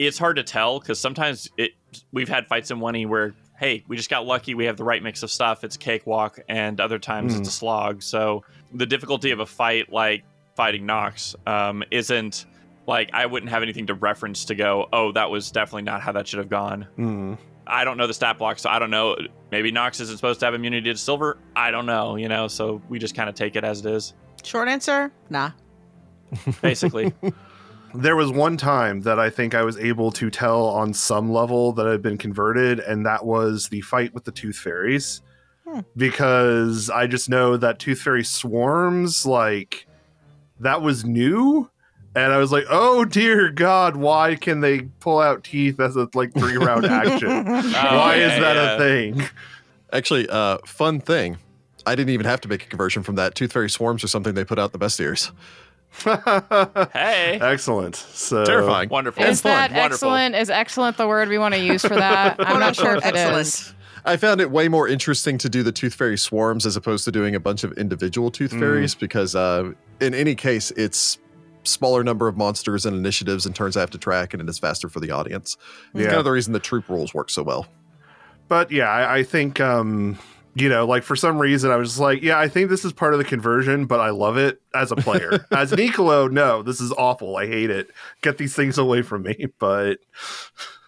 S4: it's hard to tell because sometimes it we've had fights in one e where hey we just got lucky we have the right mix of stuff it's a cakewalk and other times it's a slog so the difficulty of a fight like fighting Nox um, isn't like I wouldn't have anything to reference to go oh that was definitely not how that should have gone
S2: Mm-hmm.
S4: I don't know the stat block, so I don't know. Maybe Nox isn't supposed to have immunity to silver. I don't know, you know, so we just kind of take it as it is,
S6: Short answer? Nah.
S4: basically. Um,
S2: There was one time that I think I was able to tell on some level that I'd been converted, and that was the fight with the Tooth Fairies.
S6: Hmm.
S2: Because I just know that Tooth Fairy swarms, like, that was new. And I was like, oh dear God, why can they pull out teeth as a like three round action?
S4: Oh,
S2: why is that
S4: uh,
S2: a thing?
S1: Actually, uh, fun thing, I didn't even have to make a conversion from that. Tooth Fairy Swarms or something, they put out the best ears.
S4: Hey,
S2: Excellent. So
S1: Terrifying.
S4: wonderful.
S1: And
S5: Is that
S4: Wonderful.
S5: excellent? Is excellent the word we want to use for that? I'm
S6: Quote,
S5: not sure
S6: unquote,
S5: if it is.
S6: excellent.
S1: I found it way more interesting to do the Tooth Fairy Swarms as opposed to doing a bunch of individual Tooth
S2: Mm.
S1: Fairies because, uh, in any case, it's smaller number of monsters and initiatives and turns I have to track, and it is faster for the audience. It's
S2: Yeah.
S1: kind of the reason the troop rules work so well.
S2: but yeah, I, I think um, you know, like for some reason, I was just like, yeah, I think this is part of the conversion, but I love it as a player. as Nicolo, no, this is awful. I hate it. Get these things away from me. But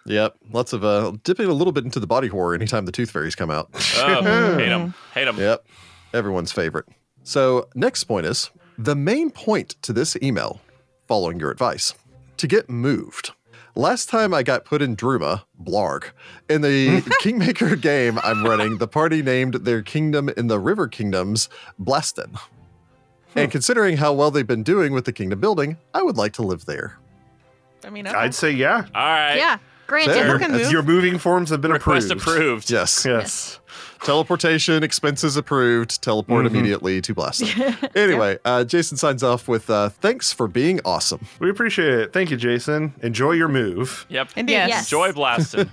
S1: Yep, lots of uh, dipping a little bit into the body horror anytime the tooth fairies come out.
S4: Oh, hate him. Hate him.
S1: yep, everyone's favorite. So next point is the main point to this email, following your advice, to get moved. Last time I got put in Druma, Blarg. In the Kingmaker game I'm running, the party named their kingdom in the River Kingdoms Blaston. And considering how well they've been doing with the kingdom building, I would like to live there.
S6: I mean, okay.
S2: I'd say yeah.
S4: All right.
S3: yeah, granted.
S1: There.
S6: People
S1: Sure.
S6: can
S1: That's
S6: Oh. move.
S2: Your moving forms have been
S4: Request
S2: approved.
S4: approved.
S1: Yes.
S2: Yes.
S1: Teleportation expenses approved. Teleport
S2: Mhm.
S1: immediately to Blaston. anyway, uh, Jason signs off with uh, thanks for being awesome.
S2: We appreciate it. Thank you, Jason. Enjoy your move.
S4: Yep.
S6: Indeed.
S5: Yes.
S3: Yes.
S4: Joy blasting.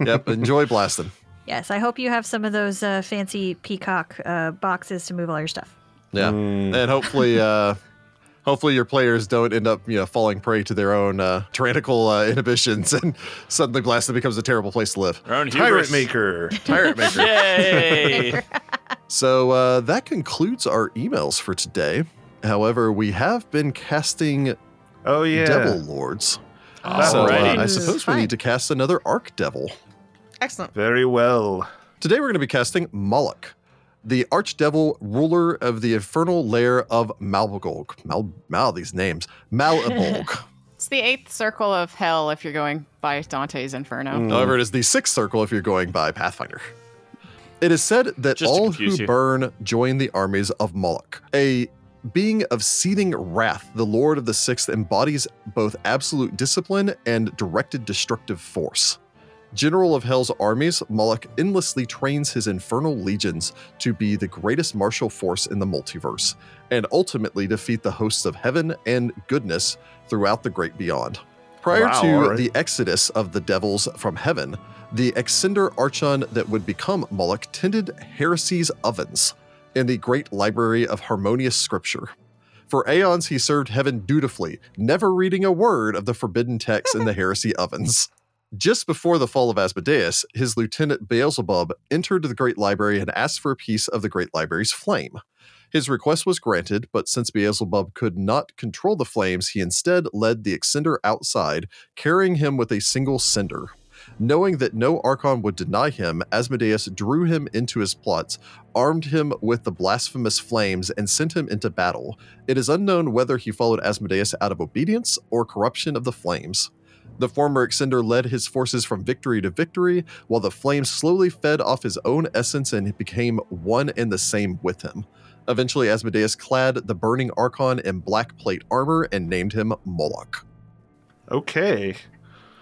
S1: Yep. Enjoy Blaston.
S3: Yes, I hope you have some of those uh, fancy peacock uh, boxes to move all your stuff.
S1: Yeah. Mm. And hopefully, uh, hopefully your players don't end up you know falling prey to their own uh, tyrannical uh, inhibitions and suddenly Blaston becomes a terrible place to live.
S4: Our own
S2: Pirate
S4: hubris.
S2: Maker.
S1: Pirate maker.
S4: Yay.
S1: So uh, that concludes our emails for today. However, we have been casting
S2: Oh yeah.
S1: devil lords. So uh,
S4: Alrighty.
S1: I suppose we
S3: Fine.
S1: need to cast another arc devil.
S6: Excellent.
S2: Very well.
S1: Today we're going to be casting Moloch, the archdevil ruler of the infernal lair of Malbolg. Mal, Mal these names. Malbolg.
S5: It's the eighth circle of hell if you're going by Dante's Inferno.
S2: Mm.
S1: However, it is the sixth circle if you're going by Pathfinder. It is said that
S4: Just to
S1: all who
S4: confuse you.
S1: burn join the armies of Moloch, a being of seething wrath. The Lord of the Sixth embodies both absolute discipline and directed destructive force. General of Hell's armies, Moloch endlessly trains his infernal legions to be the greatest martial force in the multiverse, and ultimately defeat the hosts of heaven and goodness throughout the great beyond. Prior
S2: Wow,
S1: to
S2: alright.
S1: the exodus of the devils from heaven, the Excinder Archon that would become Moloch tended Heresy's ovens in the great library of harmonious scripture. For aeons, he served heaven dutifully, never reading a word of the forbidden texts in the heresy ovens. Just before the fall of Asmodeus, his lieutenant Beelzebub entered the Great Library and asked for a piece of the Great Library's flame. His request was granted, but since Beelzebub could not control the flames, he instead led the Excinder outside, carrying him with a single cinder. Knowing that no Archon would deny him, Asmodeus drew him into his plots, armed him with the blasphemous flames, and sent him into battle. It is unknown whether he followed Asmodeus out of obedience or corruption of the flames. The former Excinder led his forces from victory to victory, while the flames slowly fed off his own essence and became one and the same with him. Eventually, Asmodeus clad the burning Archon in black plate armor and named him Moloch.
S2: Okay.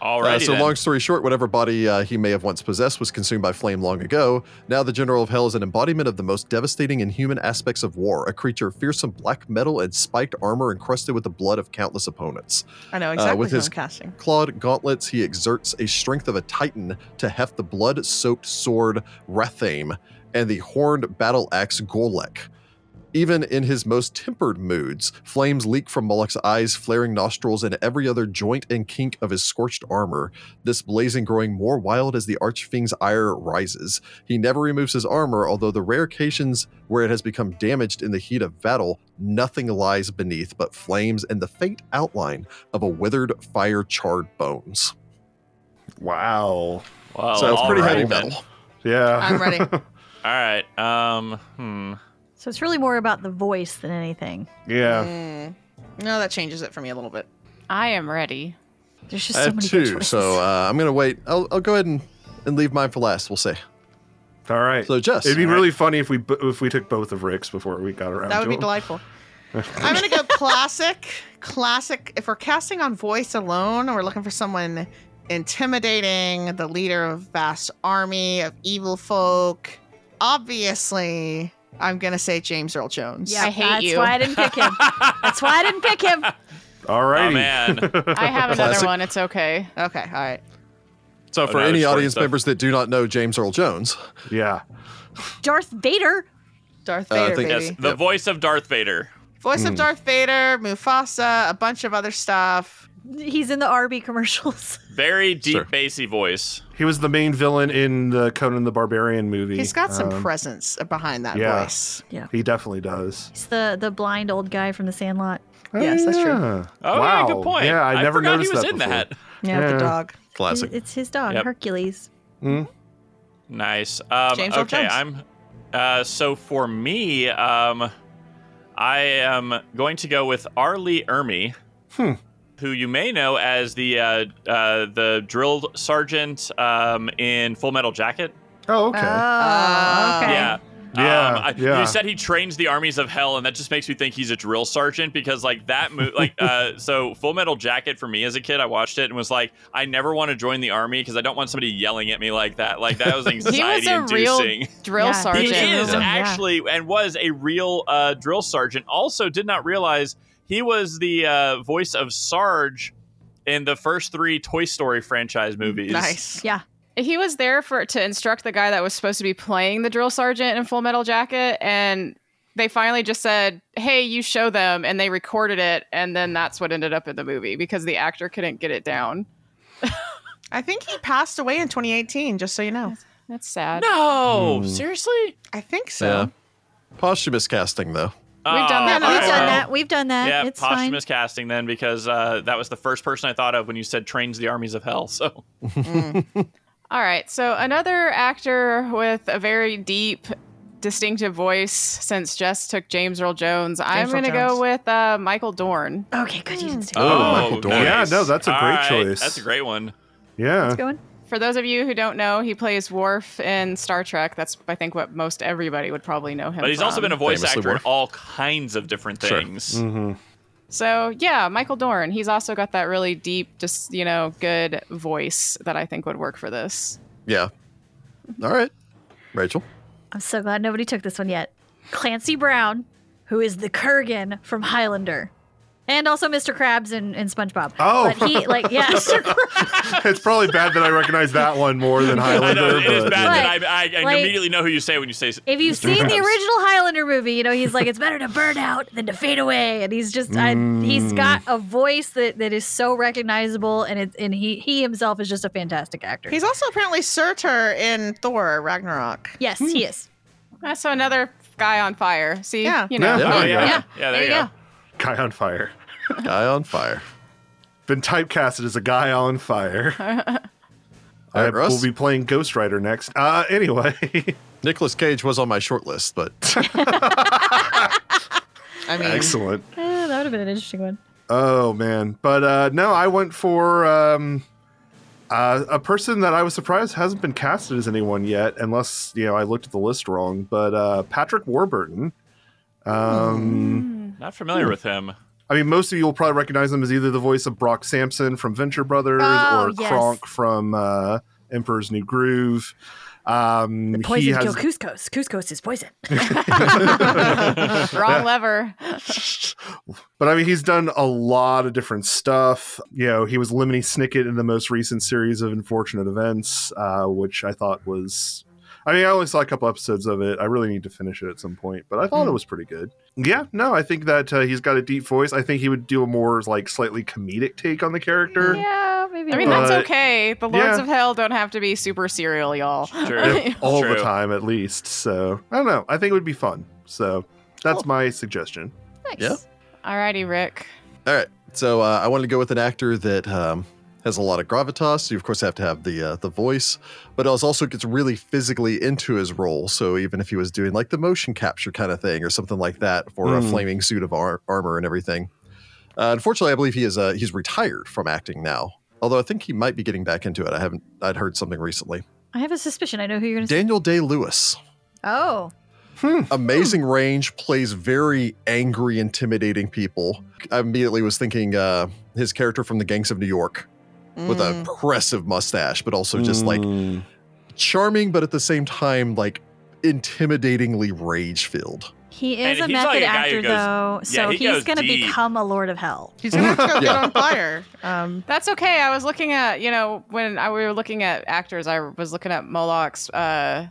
S4: All
S1: Uh,
S4: right.
S1: so, long story short, whatever body uh, he may have once possessed was consumed by flame long ago. Now, the General of Hell is an embodiment of the most devastating and human aspects of war, a creature of fearsome black metal and spiked armor encrusted with the blood of countless opponents.
S6: I know exactly
S1: with
S6: who
S1: his-
S6: I'm casting.
S1: Clawed gauntlets, he exerts a strength of a titan to heft the blood soaked sword Rathame and the horned battle axe Golek. Even in his most tempered moods, flames leak from Moloch's eyes, flaring nostrils, and every other joint and kink of his scorched armor, this blazing growing more wild as the Archfiend's ire rises. He never removes his armor, although the rare occasions where it has become damaged in the heat of battle, nothing lies beneath but flames and the faint outline of a withered, fire charred bones.
S2: Wow.
S4: Well,
S1: so it's
S4: all
S1: pretty
S4: right
S1: heavy
S4: then.
S1: metal.
S2: Yeah.
S6: I'm ready.
S4: All right. Um. Hmm.
S3: So it's really more about the voice than anything.
S2: yeah.
S6: Mm. No, that changes it for me a little bit.
S5: I am ready.
S3: There's just
S1: I
S3: so
S1: have
S3: many good
S1: two,
S3: choices.
S1: so uh, I'm gonna wait. I'll, I'll go ahead and, and leave mine for last. We'll see.
S2: All right.
S1: So, Jess,
S2: It'd be really funny if we bo- if we took both of Rick's before we got around.
S6: That would
S2: to
S6: be
S2: him.
S6: delightful. I'm gonna go classic, classic. If we're casting on voice alone, we're looking for someone intimidating, the leader of vast army of evil folk. Obviously, I'm gonna say James Earl Jones.
S5: Yeah. I hate
S3: that's
S5: you.
S3: why I didn't pick him. that's why I didn't pick him.
S2: All
S4: Oh
S2: righty.
S4: man.
S5: I have another
S1: Classic.
S5: one. It's okay.
S6: Okay. All right.
S1: so
S4: Oh,
S1: for
S4: no,
S1: any
S4: it's short
S1: audience
S4: stuff.
S1: members that do not know James Earl Jones,
S2: Yeah.
S3: Darth Vader.
S6: Darth
S1: Uh, I
S6: Vader,
S1: think- Hmm.
S6: baby.
S4: Yes. The voice of Darth Vader.
S6: Voice of Darth Vader, Mufasa, a bunch of other stuff.
S3: He's in the Arby commercials.
S4: Very deep,
S1: Sure.
S4: bassy voice.
S2: He was the main villain in the Conan the Barbarian movie.
S6: He's got some
S2: Um,
S6: presence behind that
S2: yeah.
S6: voice.
S2: he definitely does.
S3: He's the the blind old guy from The Sandlot.
S6: Yes, that's true.
S4: Oh
S2: wow.
S4: yeah. Good point.
S2: Yeah, I, never
S4: forgot
S2: noticed
S4: he was
S2: that
S4: in
S2: before.
S4: that.
S6: Yeah, with
S2: Yeah.
S6: the dog.
S1: classic.
S3: It's his dog,
S4: Yep.
S3: Hercules.
S4: Nice. Um,
S6: James Earl
S4: okay,
S6: Jones.
S4: I'm. Uh, so for me, um, I am going to go with Arlie Ermy.
S2: Hmm.
S4: who you may know as the uh, uh, the drill sergeant um, in Full Metal Jacket.
S2: Oh, okay.
S6: Uh,
S3: Oh, okay.
S4: Yeah.
S2: Yeah,
S4: um, I,
S2: yeah.
S4: You said he trains the armies of hell, and that just makes me think he's a drill sergeant because, like, that move, like, uh, so Full Metal Jacket for me as a kid, I watched it and was like, I never want to join the army because I don't want somebody yelling at me like that. Like, that was
S5: He was
S4: anxiety
S5: a real
S4: inducing.
S5: drill
S3: Yeah. He
S5: sergeant.
S4: He is
S3: Yeah.
S4: actually and was a real uh, drill sergeant. Also, did not realize he was the uh, voice of Sarge in the first three Toy Story franchise movies.
S6: Nice.
S3: Yeah.
S5: He was there for to instruct the guy that was supposed to be playing the drill sergeant in Full Metal Jacket, and they finally just said, "Hey, you show them," and they recorded it, and then that's what ended up in the movie because the actor couldn't get it down.
S6: I think he passed away in 2018. Just so you know,
S5: That's sad.
S4: No,
S2: Hmm.
S4: seriously,
S6: I think so.
S3: Mm-hmm.
S1: Posthumous casting, though.
S4: Oh,
S3: No,
S5: done that
S3: no,
S4: all
S3: we've
S4: right,
S3: done
S4: well,
S3: that. We've done that.
S4: Yeah,
S3: it's fine.
S4: posthumous casting then because uh, that was the first person I thought of when you said trains the armies of hell. So
S6: Mm.
S5: All right. So another actor with a very deep, distinctive voice. Since Jess took James Earl Jones, I'm
S6: Earl
S5: going to
S6: Jones.
S5: go with uh, Michael Dorn.
S3: Okay, good. You didn't say
S1: Oh, Michael Dorn.
S4: nice.
S2: Yeah, no, that's a
S4: All
S2: great
S4: right,
S2: choice.
S4: That's a great one.
S2: yeah.
S3: It's going.
S5: For those of you who don't know, he plays Worf in Star Trek. That's I think what most everybody would probably know him.
S4: But he's also
S5: from.
S4: been a voice
S1: Famously
S4: actor in
S1: Worf.
S4: all kinds of different
S1: Sure. Mm-hmm.
S4: things.
S2: hmm
S5: So yeah, Michael Dorn. He's also got that really deep, just you know, good voice that I think would work for this.
S1: Yeah. All right, Rachel.
S3: I'm so glad nobody took this one yet. Clancy Brown, who is the Kurgan from Highlander. And also Mr. Krabs and, and SpongeBob.
S2: Oh.
S3: But he, like, yeah. Mr. Krabs.
S2: It's probably bad that I recognize that one more than
S4: I know
S2: Highlander.
S4: it is
S2: but-
S4: bad
S3: But,
S4: that I, I, I
S3: like-
S4: immediately know who you say when you say
S3: If you've seen the
S4: Krabs.
S3: original Highlander movie, you know, he's like, it's better to burn out than to fade away. And he's just, I, he's
S2: Mm.
S3: got a voice that, that is so recognizable. And it, and he, he himself is just a fantastic actor.
S6: He's also apparently Surtur in Thor Ragnarok.
S3: yes, he is.
S5: Uh, So another guy on fire. See,
S6: Yeah.
S5: you know,
S2: Yeah.
S4: Oh,
S2: Oh,
S4: yeah.
S2: yeah.
S4: Yeah, there, you go.
S2: Guy on fire.
S1: Guy on fire.
S2: Been typecasted as a guy on fire.
S1: All
S2: I
S1: right, Russ.
S2: will be playing Ghost Rider next. Uh, anyway,
S1: Nicholas Cage was on my short list, but
S6: I mean,
S2: excellent.
S3: Eh, that would have been an interesting one.
S2: Oh man, but uh, no, I went for um, uh, a person that I was surprised hasn't been casted as anyone yet, unless you know I looked at the list wrong. But uh, Patrick Warburton. Um,
S4: Not familiar
S3: Hmm.
S4: with him.
S2: I mean, most of you will probably recognize him as either the voice of Brock Sampson from Venture Brothers
S3: Oh,
S2: or
S3: yes.
S2: Kronk from uh, Emperor's New Groove. Um,
S3: The
S2: he
S3: poison
S2: has
S3: kill Cuscos. Cuscos is poison.
S5: wrong lever.
S2: But I mean, he's done a lot of different stuff. You know, he was Lemony Snicket in the most recent series of Unfortunate Events, uh, which I thought was. I mean, I only saw a couple episodes of it. I really need to finish it at some point, but I thought it was pretty good. Yeah, no, I think that uh, he's got a deep voice. I think he would do a more like slightly comedic take on the character.
S3: Yeah, maybe.
S5: I mean,
S2: But-
S5: that's okay. The Lords
S2: yeah.
S5: of Hell don't have to be super serial, y'all.
S4: True.
S2: all
S4: True.
S2: the time at least. So I don't know. I think it would be fun. So that's my suggestion.
S1: Yeah.
S5: Alrighty, Rick.
S1: All right. So uh, I wanted to go with an actor that um, has a lot of gravitas. You of course have to have the uh, the voice, but also also gets really physically into his role. So even if he was doing like the motion capture kind of thing or something like that for a
S2: Mm.
S1: flaming suit of ar- armor and everything. Uh, unfortunately, I believe he is uh, he's retired from acting now. Although I think he might be getting back into it. I haven't. I'd heard something recently.
S3: I have a suspicion. I know who you're going to say.
S1: Daniel Day Lewis.
S3: Oh,
S1: amazing range plays very angry intimidating people i immediately was thinking uh his character from the gangs of new york with a
S6: mm.
S1: impressive mustache but also just like
S2: Mm.
S1: charming but at the same time like intimidatingly rage filled
S3: he
S4: And
S3: is a
S4: he's like
S3: method
S4: a guy who
S3: actor,
S4: goes-
S3: though. So
S4: he goes
S3: he's going to
S4: deep.
S3: become a Lord of Hell.
S6: he's gonna have to go get
S1: Yeah.
S6: on fire. Um,
S5: That's okay. I was looking at you know when I, we were looking at actors, I was looking at Moloch's uh,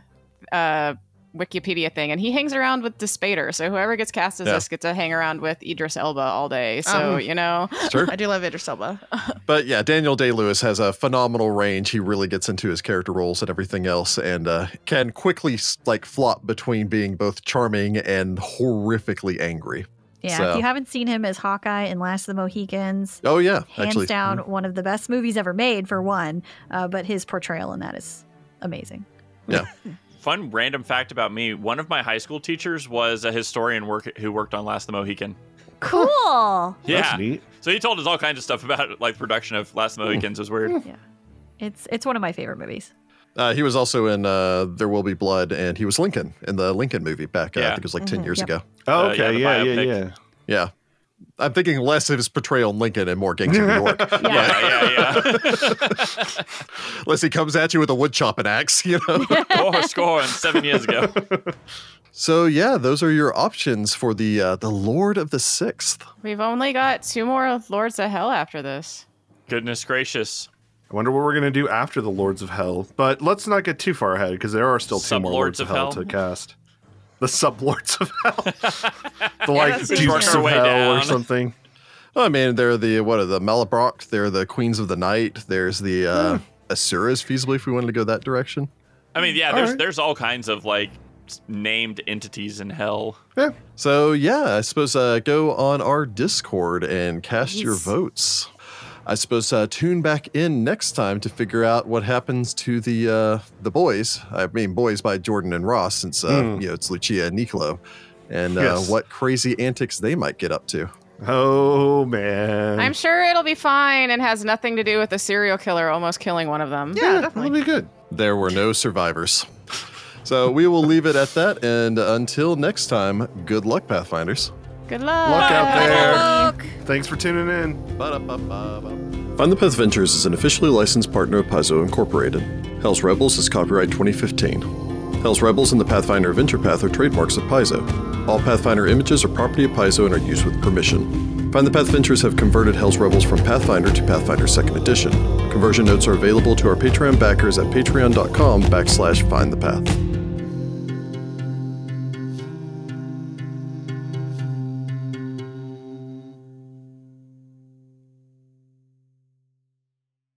S5: uh, Wikipedia thing, and he hangs around with Despater. So whoever gets cast as
S1: Yeah.
S5: this gets to hang around with Idris Elba all day. So
S6: Um.
S5: you know,
S1: sure
S6: I do love Idris Elba.
S1: but yeah daniel day-lewis has a phenomenal range he really gets into his character roles and everything else and uh, can quickly s- like flop between being both charming and horrifically angry
S3: Yeah.
S1: So-
S3: If you haven't seen him as Hawkeye in Last of the Mohicans,
S1: oh yeah
S3: hands
S1: actually
S3: down
S4: hmm.
S3: one of the best movies ever made, for one. Uh, but his portrayal in that is amazing.
S4: fun random fact about me: one of my high school teachers was a historian work who worked on Last of the Mohican.
S3: Cool.
S4: Yeah,
S2: That's neat.
S4: so he told us all kinds of stuff about like production of Last of the Mohicans. It was
S1: Hmm.
S4: weird.
S3: It's it's one of my favorite movies.
S1: Uh, he was also in uh, There Will Be Blood, and he was Lincoln in the Lincoln movie back, uh, I
S4: Yeah.
S1: think it was like 10
S3: Mhm.
S1: years
S3: Yep.
S1: ago.
S2: Oh,
S4: Uh, yeah,
S2: okay.
S4: the
S2: yeah, yeah,
S4: biopic.
S2: yeah.
S1: Yeah. I'm thinking less of his portrayal on Lincoln and more Gangs of New York.
S4: Yeah, yeah, yeah.
S1: Unless he comes at you with a wood chopping axe, you know?
S4: oh, score and seven years ago.
S1: so, yeah, those are your options for the uh, the Lord of the Sixth.
S5: We've only got two more Lords of Hell after this.
S4: Goodness gracious.
S2: I wonder what we're gonna do after the Lords of Hell. But let's not get too far ahead because there are still two more
S4: Sub-Lords
S2: Lords of,
S4: of
S2: Hell, to
S4: Hell?
S2: cast. The sublords of hell, the
S6: that
S2: like
S6: seems
S2: dukes
S6: right.
S2: of
S4: Work our
S2: hell
S4: way
S2: or
S4: down.
S2: something.
S1: I mean, Oh, they're the, what are the Malabrock? They're the Queens of the Night. There's the uh, Asuras, feasibly, if we wanted to go that direction.
S4: I mean, yeah, there's
S2: right.
S4: there's all kinds of like s- named entities in hell.
S2: Yeah,
S1: So yeah, I suppose uh, go on our Discord and cast your
S5: Yes.
S1: votes. I suppose uh, tune back in next time to figure out what happens to the uh, the boys. I mean, boys by Jordan and Ross, since uh,
S2: Mm.
S1: you know it's Lucia and Nicolo, and uh,
S2: Yes.
S1: what crazy antics they might get up to.
S2: Oh man,
S5: I'm sure it'll be fine and has nothing to do with the serial killer almost killing one of them.
S6: Yeah,
S2: that'll
S6: definitely.
S2: be good.
S1: There were no survivors. So we will leave it at that, and until next time, good luck, Pathfinders.
S5: Good luck.
S2: Luck out there.
S3: Look.
S2: Thanks for tuning in.
S1: Find the Path Ventures is an officially licensed partner of Paizo Incorporated. Hell's Rebels is copyright 2015. Hell's Rebels and the Pathfinder Adventure Path are trademarks of Paizo. All Pathfinder images are property of Paizo and are used with permission. Find the Path Ventures have converted Hell's Rebels from Pathfinder to Pathfinder 2nd Edition. Conversion notes are available to our Patreon backers at patreon.com backslash find the path.